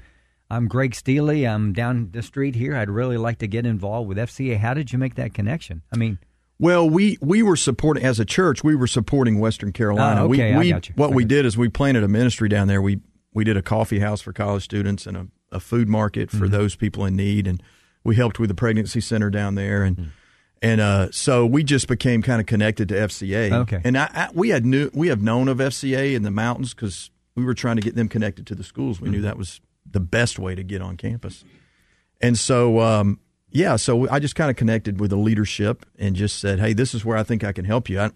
Speaker 4: I'm Greg Steely. I'm down the street here. I'd really like to get involved with FCA." How did you make that connection? I mean,
Speaker 7: Well, we we were supporting as a church, we were supporting Western Carolina.
Speaker 4: Ah, okay,
Speaker 7: we,
Speaker 4: I
Speaker 7: we-
Speaker 4: got you.
Speaker 7: What we did is we planted a ministry down there. We we did a coffee house for college students and a, a food market for
Speaker 4: Mm-hmm.
Speaker 12: Mhm.
Speaker 7: those people in need, and we helped with the pregnancy center down there, and and uh, so we just became kind of connected to FCA.
Speaker 4: Okay.
Speaker 7: and I, I we had knew we have known of FCA in the mountains because we were trying to get them connected to the schools. We knew
Speaker 4: Mm-hmm.
Speaker 7: that was the best way to get on campus. And so, um, yeah, so I just kind of connected with the leadership and just said, "Hey, this is where I think I can help you. I,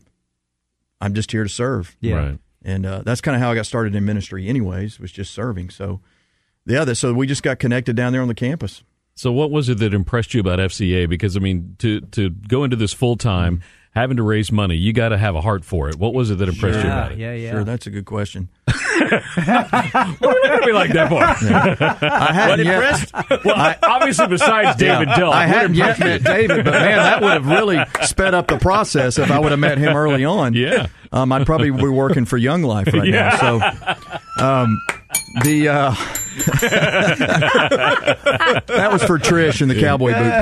Speaker 7: I'm just here to serve."
Speaker 4: Yeah. Right.
Speaker 7: And uh, that's kind of how I got started in ministry, anyways, was just serving. So, yeah, that, so we just got connected down there on the campus.
Speaker 5: So, what was it that impressed you about FCA? Because I mean, to to go into this full time, having to raise money, you got to have a heart for it. What was it that impressed you about it?
Speaker 4: yeah, yeah.
Speaker 7: Sure, that's a good question.
Speaker 5: Be like that part.
Speaker 7: I
Speaker 5: What
Speaker 7: hadn't yet-
Speaker 5: impressed? Well, obviously, besides David
Speaker 7: Yeah,
Speaker 5: Dill,
Speaker 7: I
Speaker 5: what
Speaker 7: hadn't yet
Speaker 5: impressed you?
Speaker 7: met David, but man, that would have really sped up the process if I would have met him early on.
Speaker 5: Yeah.
Speaker 7: um, I'd probably be working for Young Life right
Speaker 5: Yeah.
Speaker 7: now. So, um, the uh, that was for Trish in the cowboy boot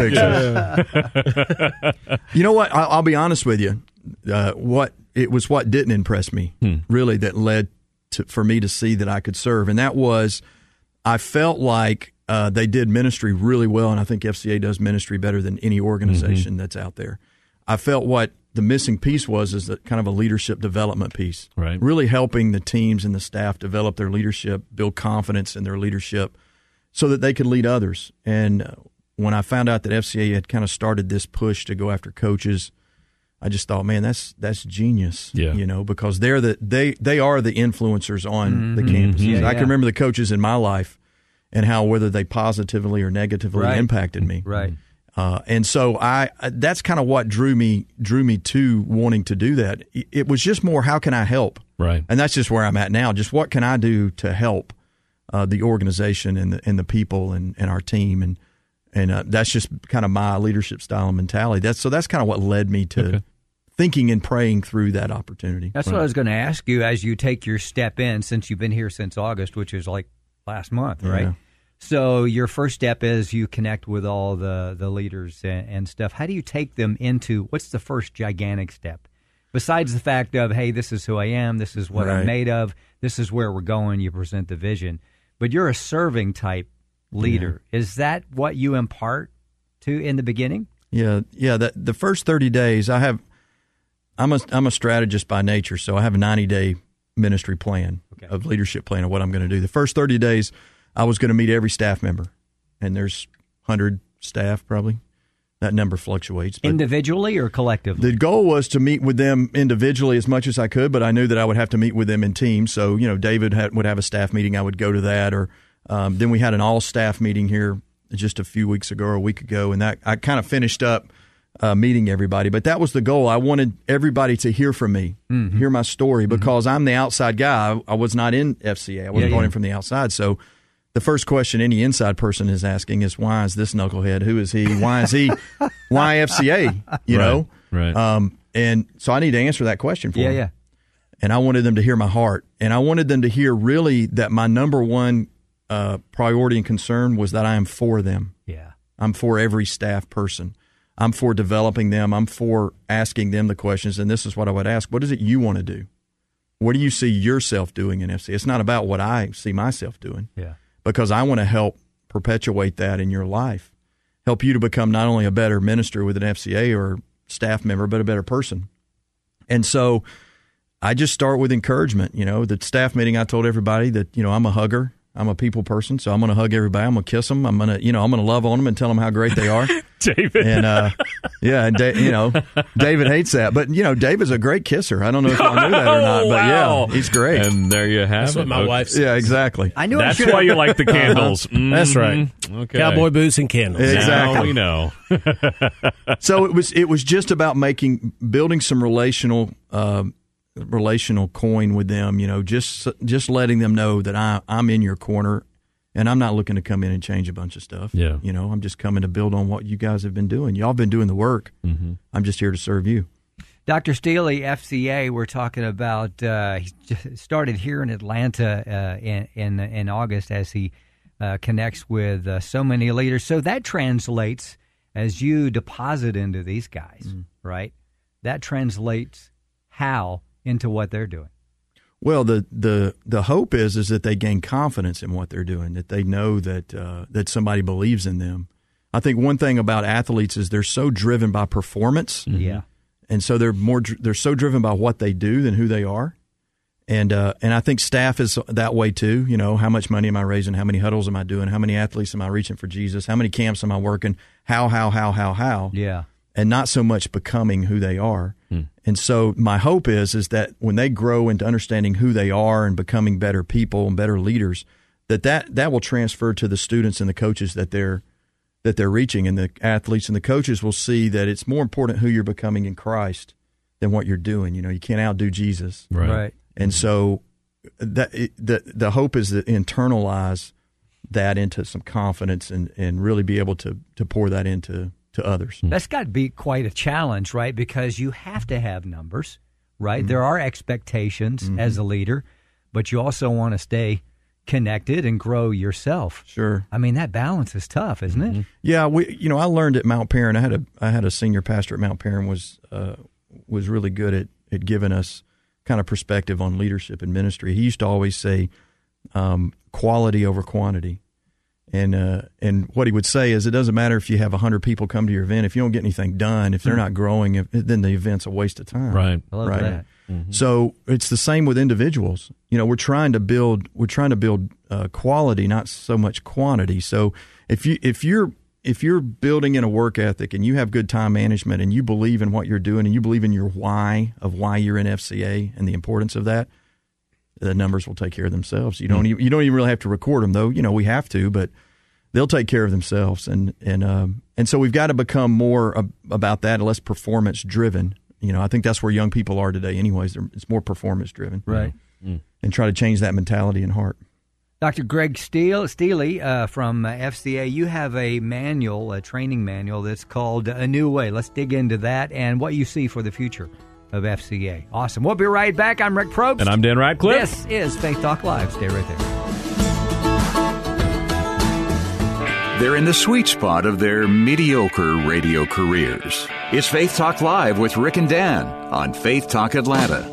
Speaker 7: picture. You know what? I'll, I'll be honest with you. Uh, what it was, what didn't impress me really, that led to for me to see that I could serve, and that was I felt like uh, they did ministry really well, and I think FCA does ministry better than any organization that's out there. I felt what the missing piece was is that kind of a leadership development piece, right? Really helping the teams and the staff develop their leadership, build confidence in their leadership, so that they could lead others. And uh, when I found out that FCA had kind of started this push to go after coaches, I just thought, man, that's that's genius.
Speaker 5: Yeah.
Speaker 7: you know, because they're the they they are the influencers on the
Speaker 5: Mhm.
Speaker 7: campuses.
Speaker 5: Yeah,
Speaker 7: I can
Speaker 5: yeah.
Speaker 7: remember the coaches in my life and how whether they positively or negatively
Speaker 4: Right.
Speaker 7: impacted me.
Speaker 4: Right.
Speaker 7: Uh, and so I that's kind of what drew me drew me to wanting to do that. It was just more how can I help?
Speaker 5: Right.
Speaker 7: And that's just where I'm at now. Just what can I do to help uh, the organization and the and the people and, and our team and and uh, that's just kind of my leadership style and mentality. That's so that's kind of what led me to thinking and praying through that opportunity.
Speaker 4: That's what I was going to ask you as you take your step in since you've been here since August, which is like last month, right?
Speaker 7: Yeah.
Speaker 4: So your first step is you connect with all the, the leaders and, and stuff. How do you take them into what's the first gigantic step? Besides the fact of, hey, this is who I am, this is what
Speaker 7: Right.
Speaker 4: I'm made of, this is where we're going, you present the vision. But you're a serving type leader. Is that what you impart to in the beginning?
Speaker 7: Yeah, yeah. That the first thirty days, I have. I'm a I'm a strategist by nature, so I have a 90 day ministry plan of leadership plan of what I'm going to do. The first 30 days, I was going to meet every staff member, and there's
Speaker 5: 100 staff probably. That number fluctuates. but-
Speaker 4: individually or collectively?
Speaker 5: the goal was to meet with them individually as much as I could, but I knew that I would have to meet with them in teams. So, you know, David had, would have a staff meeting. I would go to that. Or um, then we had an all staff meeting here just a few weeks ago or a week ago. And that I kind of finished up uh, meeting everybody. But that was the goal. I wanted everybody to hear from me,
Speaker 8: Mm-hmm.
Speaker 5: hear my story, because I'm the outside guy. I, I was not in FCA, I wasn't
Speaker 4: Yeah,
Speaker 5: brought
Speaker 4: yeah.
Speaker 5: in from the outside. So, the first question any inside person is asking is why is this knucklehead? Who is he? Why is he? why FCA? You
Speaker 8: Right,
Speaker 5: know,
Speaker 8: right.
Speaker 5: Um, and so I need to answer that question for
Speaker 4: Yeah,
Speaker 5: them.
Speaker 4: yeah.
Speaker 5: And I wanted them to hear my heart, and I wanted them to hear really that my number one uh, priority and concern was that I am for them.
Speaker 4: Yeah.
Speaker 5: I'm for every staff person. I'm for developing them. I'm for asking them the questions. And this is what I would ask: What is it you want to do? What do you see yourself doing in FC? It's not about what I see myself doing
Speaker 4: Yeah.
Speaker 5: because I want to help perpetuate that in your life. Help you to become not only a better minister with an FCA or staff member, but a better person. And so I just start with encouragement. You know, the staff meeting, I told everybody that, you know, I'm a hugger. I'm a people person. So I'm going to hug everybody. I'm going to kiss them. I'm going to, you know, I'm going to love on them and tell them how great they are.
Speaker 8: David.
Speaker 5: And, uh, yeah. And, da- you know, David hates that. But, you know, David's a great kisser. I don't know if y'all knew that or not, but
Speaker 8: Oh, Wow.
Speaker 5: yeah, he's great.
Speaker 8: And there you have
Speaker 7: That's
Speaker 8: it.
Speaker 7: what my
Speaker 8: Okay.
Speaker 7: wife says.
Speaker 5: yeah, exactly.
Speaker 4: I knew
Speaker 8: That's
Speaker 4: I should
Speaker 8: why you like the candles.
Speaker 7: Uh-huh. That's right.
Speaker 8: Mhm. Okay.
Speaker 7: Cowboy boots and candles.
Speaker 5: Yeah.
Speaker 8: Now
Speaker 5: Exactly.
Speaker 8: we know.
Speaker 5: so it was it was just about making building some relational um relational coin with them. You know, just just letting them know that I I'm in your corner, and I'm not looking to come in and change a bunch of stuff.
Speaker 8: Yeah.
Speaker 5: you know, I'm just coming to build on what you guys have been doing. Y'all been doing the work. Mm-hmm. I'm just here to serve you.
Speaker 4: Dr. Steely, FCA, we're talking about. Uh, he j- started here in Atlanta uh, in, in in August as he uh, connects with uh, so many leaders. So that translates as you deposit into these guys, right? That translates how into what they're doing.
Speaker 5: Well, the, the the hope is is that they gain confidence in what they're doing, that they know that uh, that somebody believes in them. I think one thing about athletes is they're so driven by performance.
Speaker 4: Yeah,
Speaker 5: and so they're more dr- they're so driven by what they do than who they are and uh, and I think staff is that way too. You know, how much money am I raising? How many huddles am I doing? How many athletes am I reaching for Jesus? How many camps am I working? How how how how how?
Speaker 4: yeah,
Speaker 5: and not so much becoming who they are. And so my hope is is that when they grow into understanding who they are and becoming better people and better leaders, that that, that will transfer to the students and the coaches that they're that they're reaching and the athletes and the coaches will see that it's more important who you're becoming in Christ than what you're doing. You know, you can't outdo Jesus.
Speaker 8: Right.
Speaker 5: And so that it- the the hope is to internalize that into some confidence and, and really be able to to pour that into to others.
Speaker 4: That's got to be quite a challenge, right? Because you have to have numbers, right? There are expectations as a leader, but you also want to stay connected and grow yourself.
Speaker 5: Sure.
Speaker 4: I mean, that balance is tough, isn't it?
Speaker 5: Yeah, we you know I learned at Mount Perrin. I had a I had a senior pastor at Mount Perrin was uh, was really good at at giving us kind of perspective on leadership and ministry. He used to always say um, quality over quantity, and uh, and what he would say is it doesn't matter if you have hundred people come to your event if you don't get anything done if they're not growing if, then the event's a waste of time.
Speaker 8: Right.
Speaker 4: I love
Speaker 5: Right.
Speaker 4: that. Mm-hmm.
Speaker 5: So it's the same with individuals. You know, we're trying to build we're trying to build uh, quality, not so much quantity. So if you if you're if you're building in a work ethic and you have good time management and you believe in what you're doing and you believe in your why of why you're in FCA and the importance of that, the numbers will take care of themselves. You don't even, you don't even really have to record them though. You know we have to, but they'll take care of themselves. And and um, and so we've got to become more ab- about that, and less performance driven. You know, I think that's where young people are today. Anyways, They're, it's more performance driven,
Speaker 4: Right.
Speaker 5: And try to change that mentality and heart.
Speaker 4: Dr. Greg Steele, Steely uh, from uh, FCA, you have a manual, a training manual that's called A New Way. Let's dig into that and what you see for the future of FCA. Awesome. We'll be right back. I'm Rick Probst.
Speaker 8: And I'm Dan Radcliffe.
Speaker 4: This is Faith Talk Live. Stay right there.
Speaker 3: They're in the sweet spot of their mediocre radio careers. It's Faith Talk Live with Rick and Dan on Faith Talk Atlanta.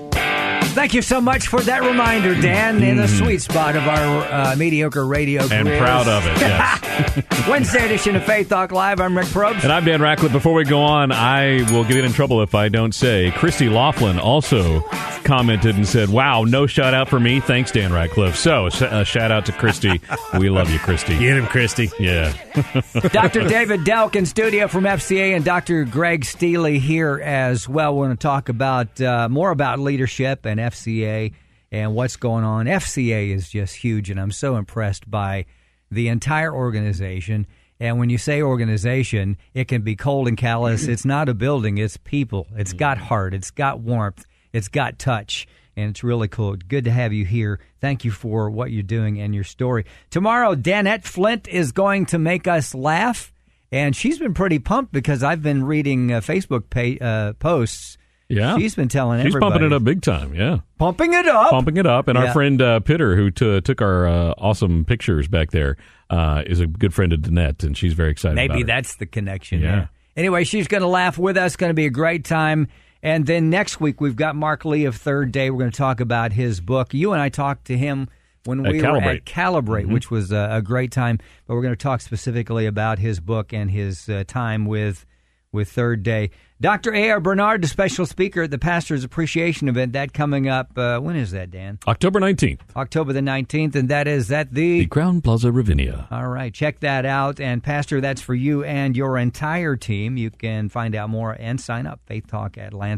Speaker 4: Thank you so much for that reminder, Dan, in the sweet spot of our uh, mediocre radio.
Speaker 8: Mm-hmm. And
Speaker 4: careers.
Speaker 8: proud of it. Yes.
Speaker 4: Wednesday edition of Faith Talk Live. I'm Rick Probst.
Speaker 8: And I'm Dan Ratcliffe. Before we go on, I will get in trouble if I don't say Christy Laughlin also commented and said, "Wow, no shout out for me. Thanks, Dan Radcliffe." So, a sh- a shout out to Christy. We love you, Christy. Get him, Christy. Yeah.
Speaker 4: Dr. David Delk in studio from FCA and Dr. Greg Steely here as well. We're going to talk about uh, more about leadership and FCA and what's going on. FCA is just huge, and I'm so impressed by the entire organization. And when you say organization, it can be cold and callous. It's not a building, it's people. It's
Speaker 8: Mm.
Speaker 4: got heart, it's got warmth, it's got touch. And it's really cool. Good to have you here. Thank you for what you're doing and your story. Tomorrow, Danette Flint is going to make us laugh. And she's been pretty pumped because I've been reading uh, Facebook pa- uh, posts.
Speaker 8: Yeah.
Speaker 4: She's been telling
Speaker 8: She's
Speaker 4: everybody.
Speaker 8: pumping it up big time. Yeah.
Speaker 4: Pumping it up.
Speaker 8: Pumping it up. And
Speaker 4: Yeah.
Speaker 8: our friend uh, Pitter, who t- took our uh, awesome pictures back there, uh, is a good friend of Danette, and she's very excited about
Speaker 4: Maybe
Speaker 8: it.
Speaker 4: that's the connection.
Speaker 8: Yeah.
Speaker 4: there. Anyway, she's going to laugh with us. Going to be a great time. And then next week we've got Mark Lee of Third Day. We're going to talk about his book. You and I talked to him when
Speaker 8: At
Speaker 4: we were
Speaker 8: Calibrate.
Speaker 4: at Calibrate,
Speaker 8: Mhm.
Speaker 4: which was a, a great time. But we're going to talk specifically about his book and his uh, time with with Third Day. Dr. A.R. Bernard, the special speaker at the Pastor's Appreciation Event, that coming up. Uh, when is that, Dan?
Speaker 8: October 19th.
Speaker 4: October the 19th, and that is at the, the
Speaker 8: Crown Plaza Ravinia.
Speaker 4: All right, check that out. And, Pastor, that's for you and your entire team. You can find out more and sign up,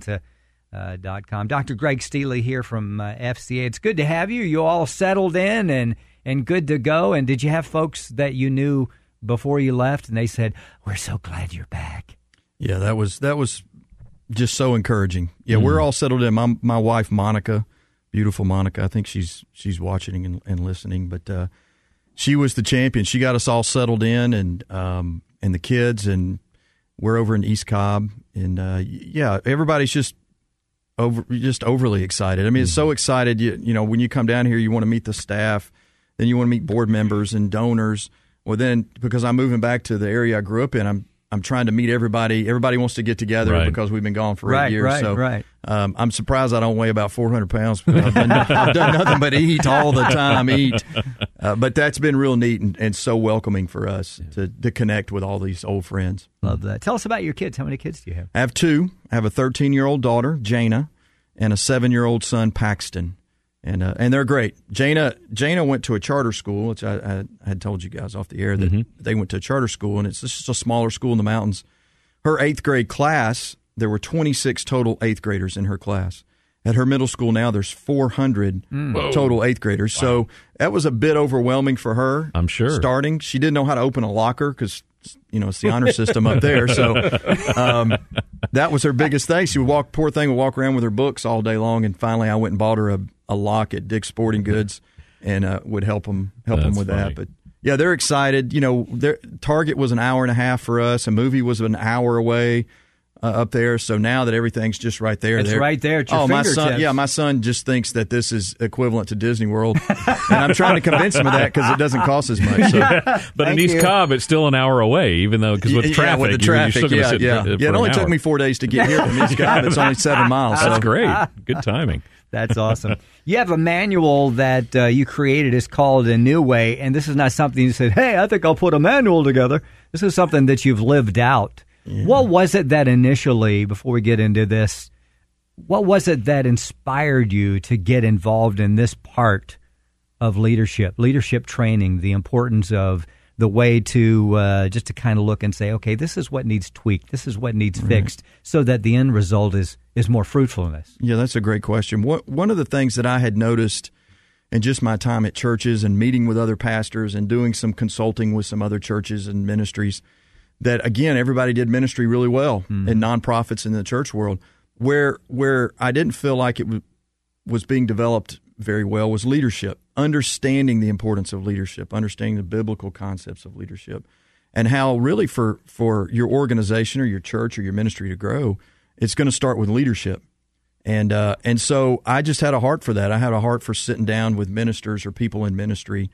Speaker 4: uh, faithtalkatlanta.com. Dr. Greg Steely here from uh, FCA. It's good to have you. You all settled in and, and good to go. And did you have folks that you knew before you left and they said, We're so glad you're back?
Speaker 5: Yeah, that was that was just so encouraging. Yeah, we're all settled in. My my wife Monica, beautiful Monica. I think she's she's watching and, and listening, but uh, she was the champion. She got us all settled in and um, and the kids and we're over in East Cobb and uh, y- yeah, everybody's just over just overly excited. I mean, it's so excited. You, you know, when you come down here, you want to meet the staff, then you want to meet board members and donors. Well, then because I'm moving back to the area I grew up in, I'm I'm trying to meet everybody. Everybody wants to get together
Speaker 8: Right.
Speaker 5: because we've been gone for
Speaker 4: Right,
Speaker 5: eight years.
Speaker 4: right,
Speaker 5: so,
Speaker 4: right.
Speaker 5: Um, I'm surprised I don't weigh about 400 pounds. Because I've, done, I've done nothing but eat all the time. Eat, uh, but that's been real neat and, and so welcoming for us to to connect with all these old friends.
Speaker 4: Love that. Tell us about your kids. How many kids do you have?
Speaker 5: I have two. I have a 13 year old daughter, Jana, and a seven year old son, Paxton. And, uh, and they're great. Jana Jana went to a charter school, which I, I, I had told you guys off the air that
Speaker 8: Mm-hmm.
Speaker 5: they went to a charter school, and it's just a smaller school in the mountains. Her eighth grade class, there were 26 total eighth graders in her class. At her middle school now, there's 400
Speaker 8: Mm. Whoa.
Speaker 5: total eighth graders. So that was a bit overwhelming for her.
Speaker 8: I'm sure.
Speaker 5: Starting, she didn't know how to open a locker because you know it's the honor system up there. So um, that was her biggest thing. She would walk, poor thing, would walk around with her books all day long. And finally, I went and bought her a, a lock at Dick's Sporting Goods, and uh, would help them help them
Speaker 8: That's
Speaker 5: with
Speaker 8: funny.
Speaker 5: that. But yeah, they're excited. You know, their Target was an hour and a half for us. A movie was an hour away. Uh, up there, so now that everything's just right there,
Speaker 4: It's
Speaker 5: they're-
Speaker 4: right there at your
Speaker 5: oh, my son,
Speaker 4: fingertips.
Speaker 5: yeah, my son just thinks that this is equivalent to Disney World, and I'm trying to convince him of that because it doesn't cost as much. So.
Speaker 8: but in
Speaker 5: Thank
Speaker 8: East
Speaker 5: you.
Speaker 8: Cobb, it's still an hour away, even though because with
Speaker 5: Yeah,
Speaker 8: traffic,
Speaker 5: with the
Speaker 8: you're-
Speaker 5: traffic,
Speaker 8: you're still
Speaker 5: yeah,
Speaker 8: gonna sit
Speaker 5: yeah,
Speaker 8: for
Speaker 5: yeah. It
Speaker 8: an
Speaker 5: only
Speaker 8: hour.
Speaker 5: took me four days to get here from East Cobb. It's only seven miles.
Speaker 8: That's
Speaker 5: so.
Speaker 8: great. Good timing.
Speaker 4: That's awesome. You have a manual that uh, you created. It's called A New Way. And this is not something you said, hey, I think I'll put a manual together. This is something that you've lived out. What was it that initially, before we get into this, what was it that inspired you to get involved in this part of leadership, leadership training, the importance of the way to uh, just to kind of look and say, okay, this is what needs tweaked, this is what needs fixed, so that the end result is is more fruitfulness.
Speaker 5: Yeah, that's a great question. What, one of the things that I had noticed in just my time at churches and meeting with other pastors and doing some consulting with some other churches and ministries, that again, everybody did ministry really well in nonprofits in the church world. Where where I didn't feel like it was was being developed very well was leadership, understanding the importance of leadership, understanding the biblical concepts of leadership, and how really for for your organization or your church or your ministry to grow, it's going to start with leadership. And uh, and so I just had a heart for that. I had a heart for sitting down with ministers or people in ministry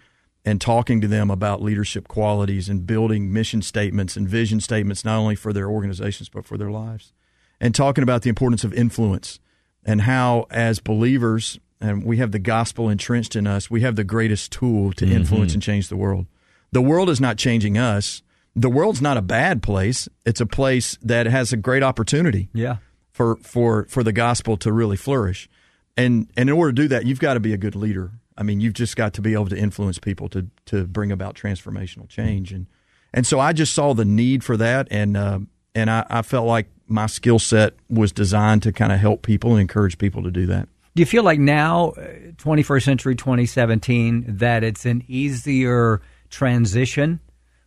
Speaker 5: and talking to them about leadership qualities and building mission statements and vision statements not only for their organizations but for their lives and talking about the importance of influence and how, as believers, and we have the gospel entrenched in us, we have the greatest tool to influence and change the world. The world is not changing us. The world's not a bad place. It's a place that has a great opportunity
Speaker 4: Yeah.
Speaker 5: for for for the gospel to really flourish. and and in order to do that, you've got to be a good leader. I mean, you've just got to be able to influence people to to bring about transformational change. And and so I just saw the need for that, and uh, and I, I felt like my skill set was designed to kind of help people and encourage people to do that.
Speaker 4: Do you feel like now, uh, 21st century 2017, that it's an easier transition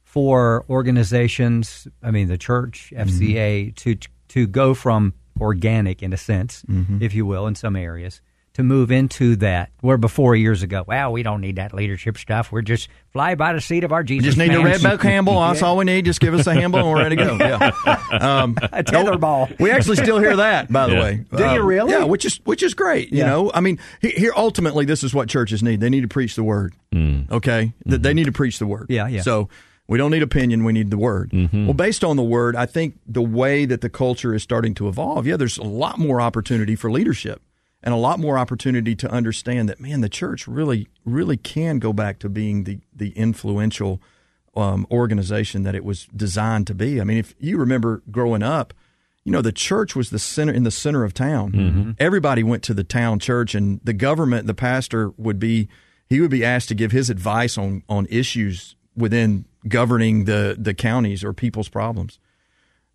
Speaker 4: for organizations, I mean the church,
Speaker 5: Mm-hmm.
Speaker 4: FCA, to to go from organic in a sense,
Speaker 5: Mm-hmm.
Speaker 13: Mhm.
Speaker 4: if you will, in some areas, to move into that where before years ago, wow, we don't need that leadership stuff. We're just fly by the seat of our
Speaker 5: We
Speaker 4: Jesus.
Speaker 5: just need a
Speaker 4: pants.
Speaker 5: red bow handle. That's
Speaker 4: Yeah.
Speaker 5: all we need. Just give us a handle and we're ready to go. Yeah. Um,
Speaker 4: a tether ball.
Speaker 5: We actually still hear that, by the
Speaker 4: Yeah.
Speaker 5: way. Uh,
Speaker 4: Do you really?
Speaker 5: Yeah, which is which is great. You
Speaker 4: Yeah.
Speaker 5: know, I mean, he- here ultimately, this is what churches need. They need to preach the word. Okay, Th- they need to preach the word.
Speaker 4: Mm. Mm-hmm. Yeah, Mm-hmm. yeah.
Speaker 5: So we don't need opinion. We need the word. Well, based on the word, I think the way that the culture is starting to evolve, yeah, there's a lot more opportunity for leadership and a lot more opportunity to understand that. Man, the church really, really can go back to being the the influential um, organization that it was designed to be. I mean, if you remember growing up, you know, the church was the center in the center of town. Everybody went to the town church, and the government, the pastor would be he would be asked to give his advice on on issues within governing the the counties or people's problems.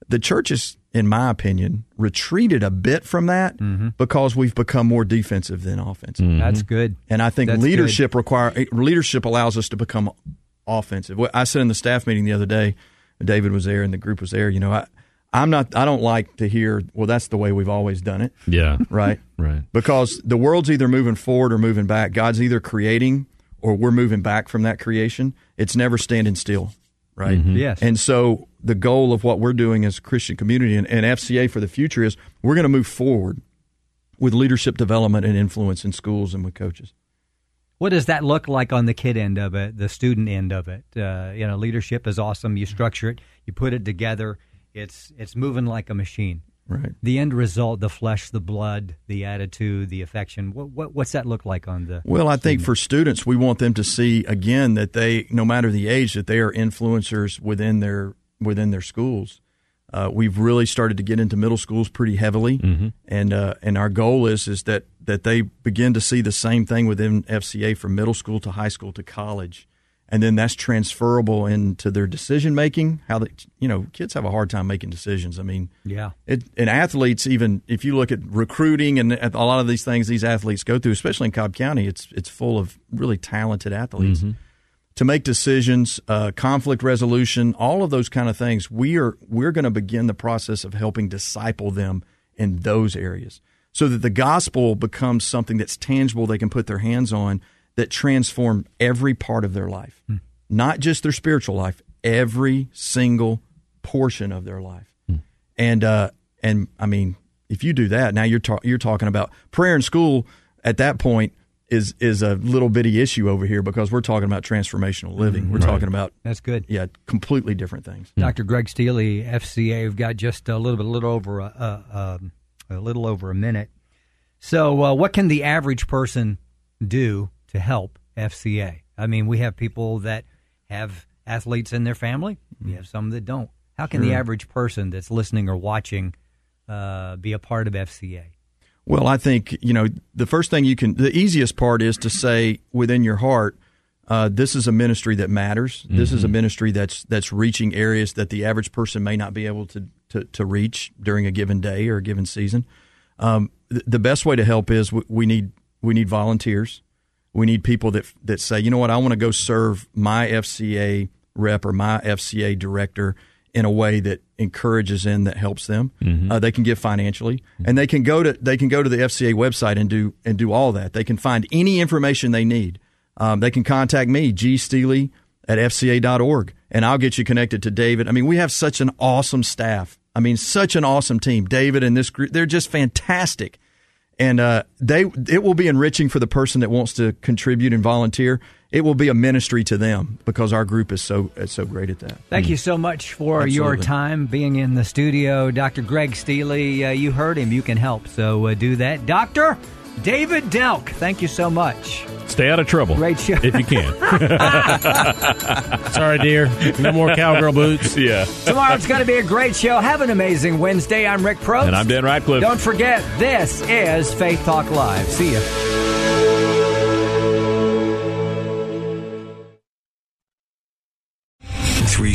Speaker 5: The church is, in my opinion, retreated a bit from that because we've become more defensive than offensive.
Speaker 4: That's good.
Speaker 5: And I think
Speaker 4: That's
Speaker 5: leadership require leadership allows us to become offensive. Well, I said in the staff meeting the other day, David was there and the group was there. You know, I I'm not I don't like to hear well that's the way we've always done it.
Speaker 8: Yeah.
Speaker 5: Right.
Speaker 8: Right.
Speaker 5: Because the world's either moving forward or moving back. God's either creating or we're moving back from that creation. It's never standing still. Right.
Speaker 4: Mhm. Yes.
Speaker 5: And so the goal of what we're doing as a Christian community and, and FCA for the future is we're going to move forward with leadership development and influence in schools and with coaches.
Speaker 4: What does that look like on the kid end of it, the student end of it? Uh, you know, leadership is awesome. You structure it, you put it together. It's it's moving like a machine.
Speaker 5: Right.
Speaker 4: The end result, the flesh, the blood, the attitude, the affection. What, what what's that look like on the?
Speaker 5: Well, I think for students, we want them to see again that they, no matter the age, that they are influencers within their within their schools. Uh, we've really started to get into middle schools pretty heavily, and uh, and our goal is is that that they begin to see the same thing within FCA from middle school to high school to college, and then that's transferable into their decision making. How they, you know, kids have a hard time making decisions. I mean,
Speaker 4: Yeah.
Speaker 5: it, and athletes, even if you look at recruiting and at a lot of these things these athletes go through, especially in Cobb County, it's it's full of really talented athletes
Speaker 8: Mhm.
Speaker 5: to make decisions, uh, conflict resolution, all of those kind of things. We are we're going to begin the process of helping disciple them in those areas, so that the gospel becomes something that's tangible they can put their hands on that transform every part of their life, not just their spiritual life, every single portion of their life and uh, and I mean, if you do that, now you're ta- you're talking about prayer in school. At that point, is is a little bitty issue over here because we're talking about transformational living. We're
Speaker 4: Right.
Speaker 5: talking about
Speaker 4: That's good.
Speaker 5: yeah, completely different things.
Speaker 4: Dr. Greg Steele, FCA. We've got just a little bit, a little over a, a, um, a little over a minute. So, uh, what can the average person do to help FCA? I mean, we have people that have athletes in their family. We have some that don't. How can the
Speaker 5: Sure.
Speaker 4: average person that's listening or watching uh, be a part of FCA?
Speaker 5: Well, I think you know the first thing you can, the easiest part is to say within your heart, uh, this is a ministry that matters. This is a ministry that's that's reaching areas that the average person may not be able to to, to reach during a given day or a given season. Um, th- the best way to help is we, we need we need volunteers. We need people that that say, you know what, I want to go serve my FCA rep or my FCA director in a way that encourages them, that helps them. Uh, they can give financially, and they can go to they can go to the FCA website and do and do all that. They can find any information they need. Um, they can contact me, G Steely at FCA.org, and I'll get you connected to David. I mean, we have such an awesome staff. I mean, such an awesome team. David and this group, they're just fantastic and uh, they it will be enriching for the person that wants to contribute and volunteer. It will be a ministry to them because our group is so is so great at that.
Speaker 4: Thank
Speaker 14: Mm.
Speaker 4: you so much for your
Speaker 5: Absolutely.
Speaker 4: time being in the studio. Dr. Greg Steele, uh, you heard him. You can help. So uh, do that. Doctor, David Delk, thank you so much.
Speaker 14: Stay out of trouble.
Speaker 4: Great show.
Speaker 14: If you can.
Speaker 2: Sorry, dear. No more cowgirl boots.
Speaker 14: Yeah.
Speaker 4: Tomorrow it's going to be a great show. Have an amazing Wednesday. I'm Rick Probst.
Speaker 14: And I'm Dan Ratcliffe.
Speaker 4: Don't forget, this is Faith Talk Live. See ya.
Speaker 1: Three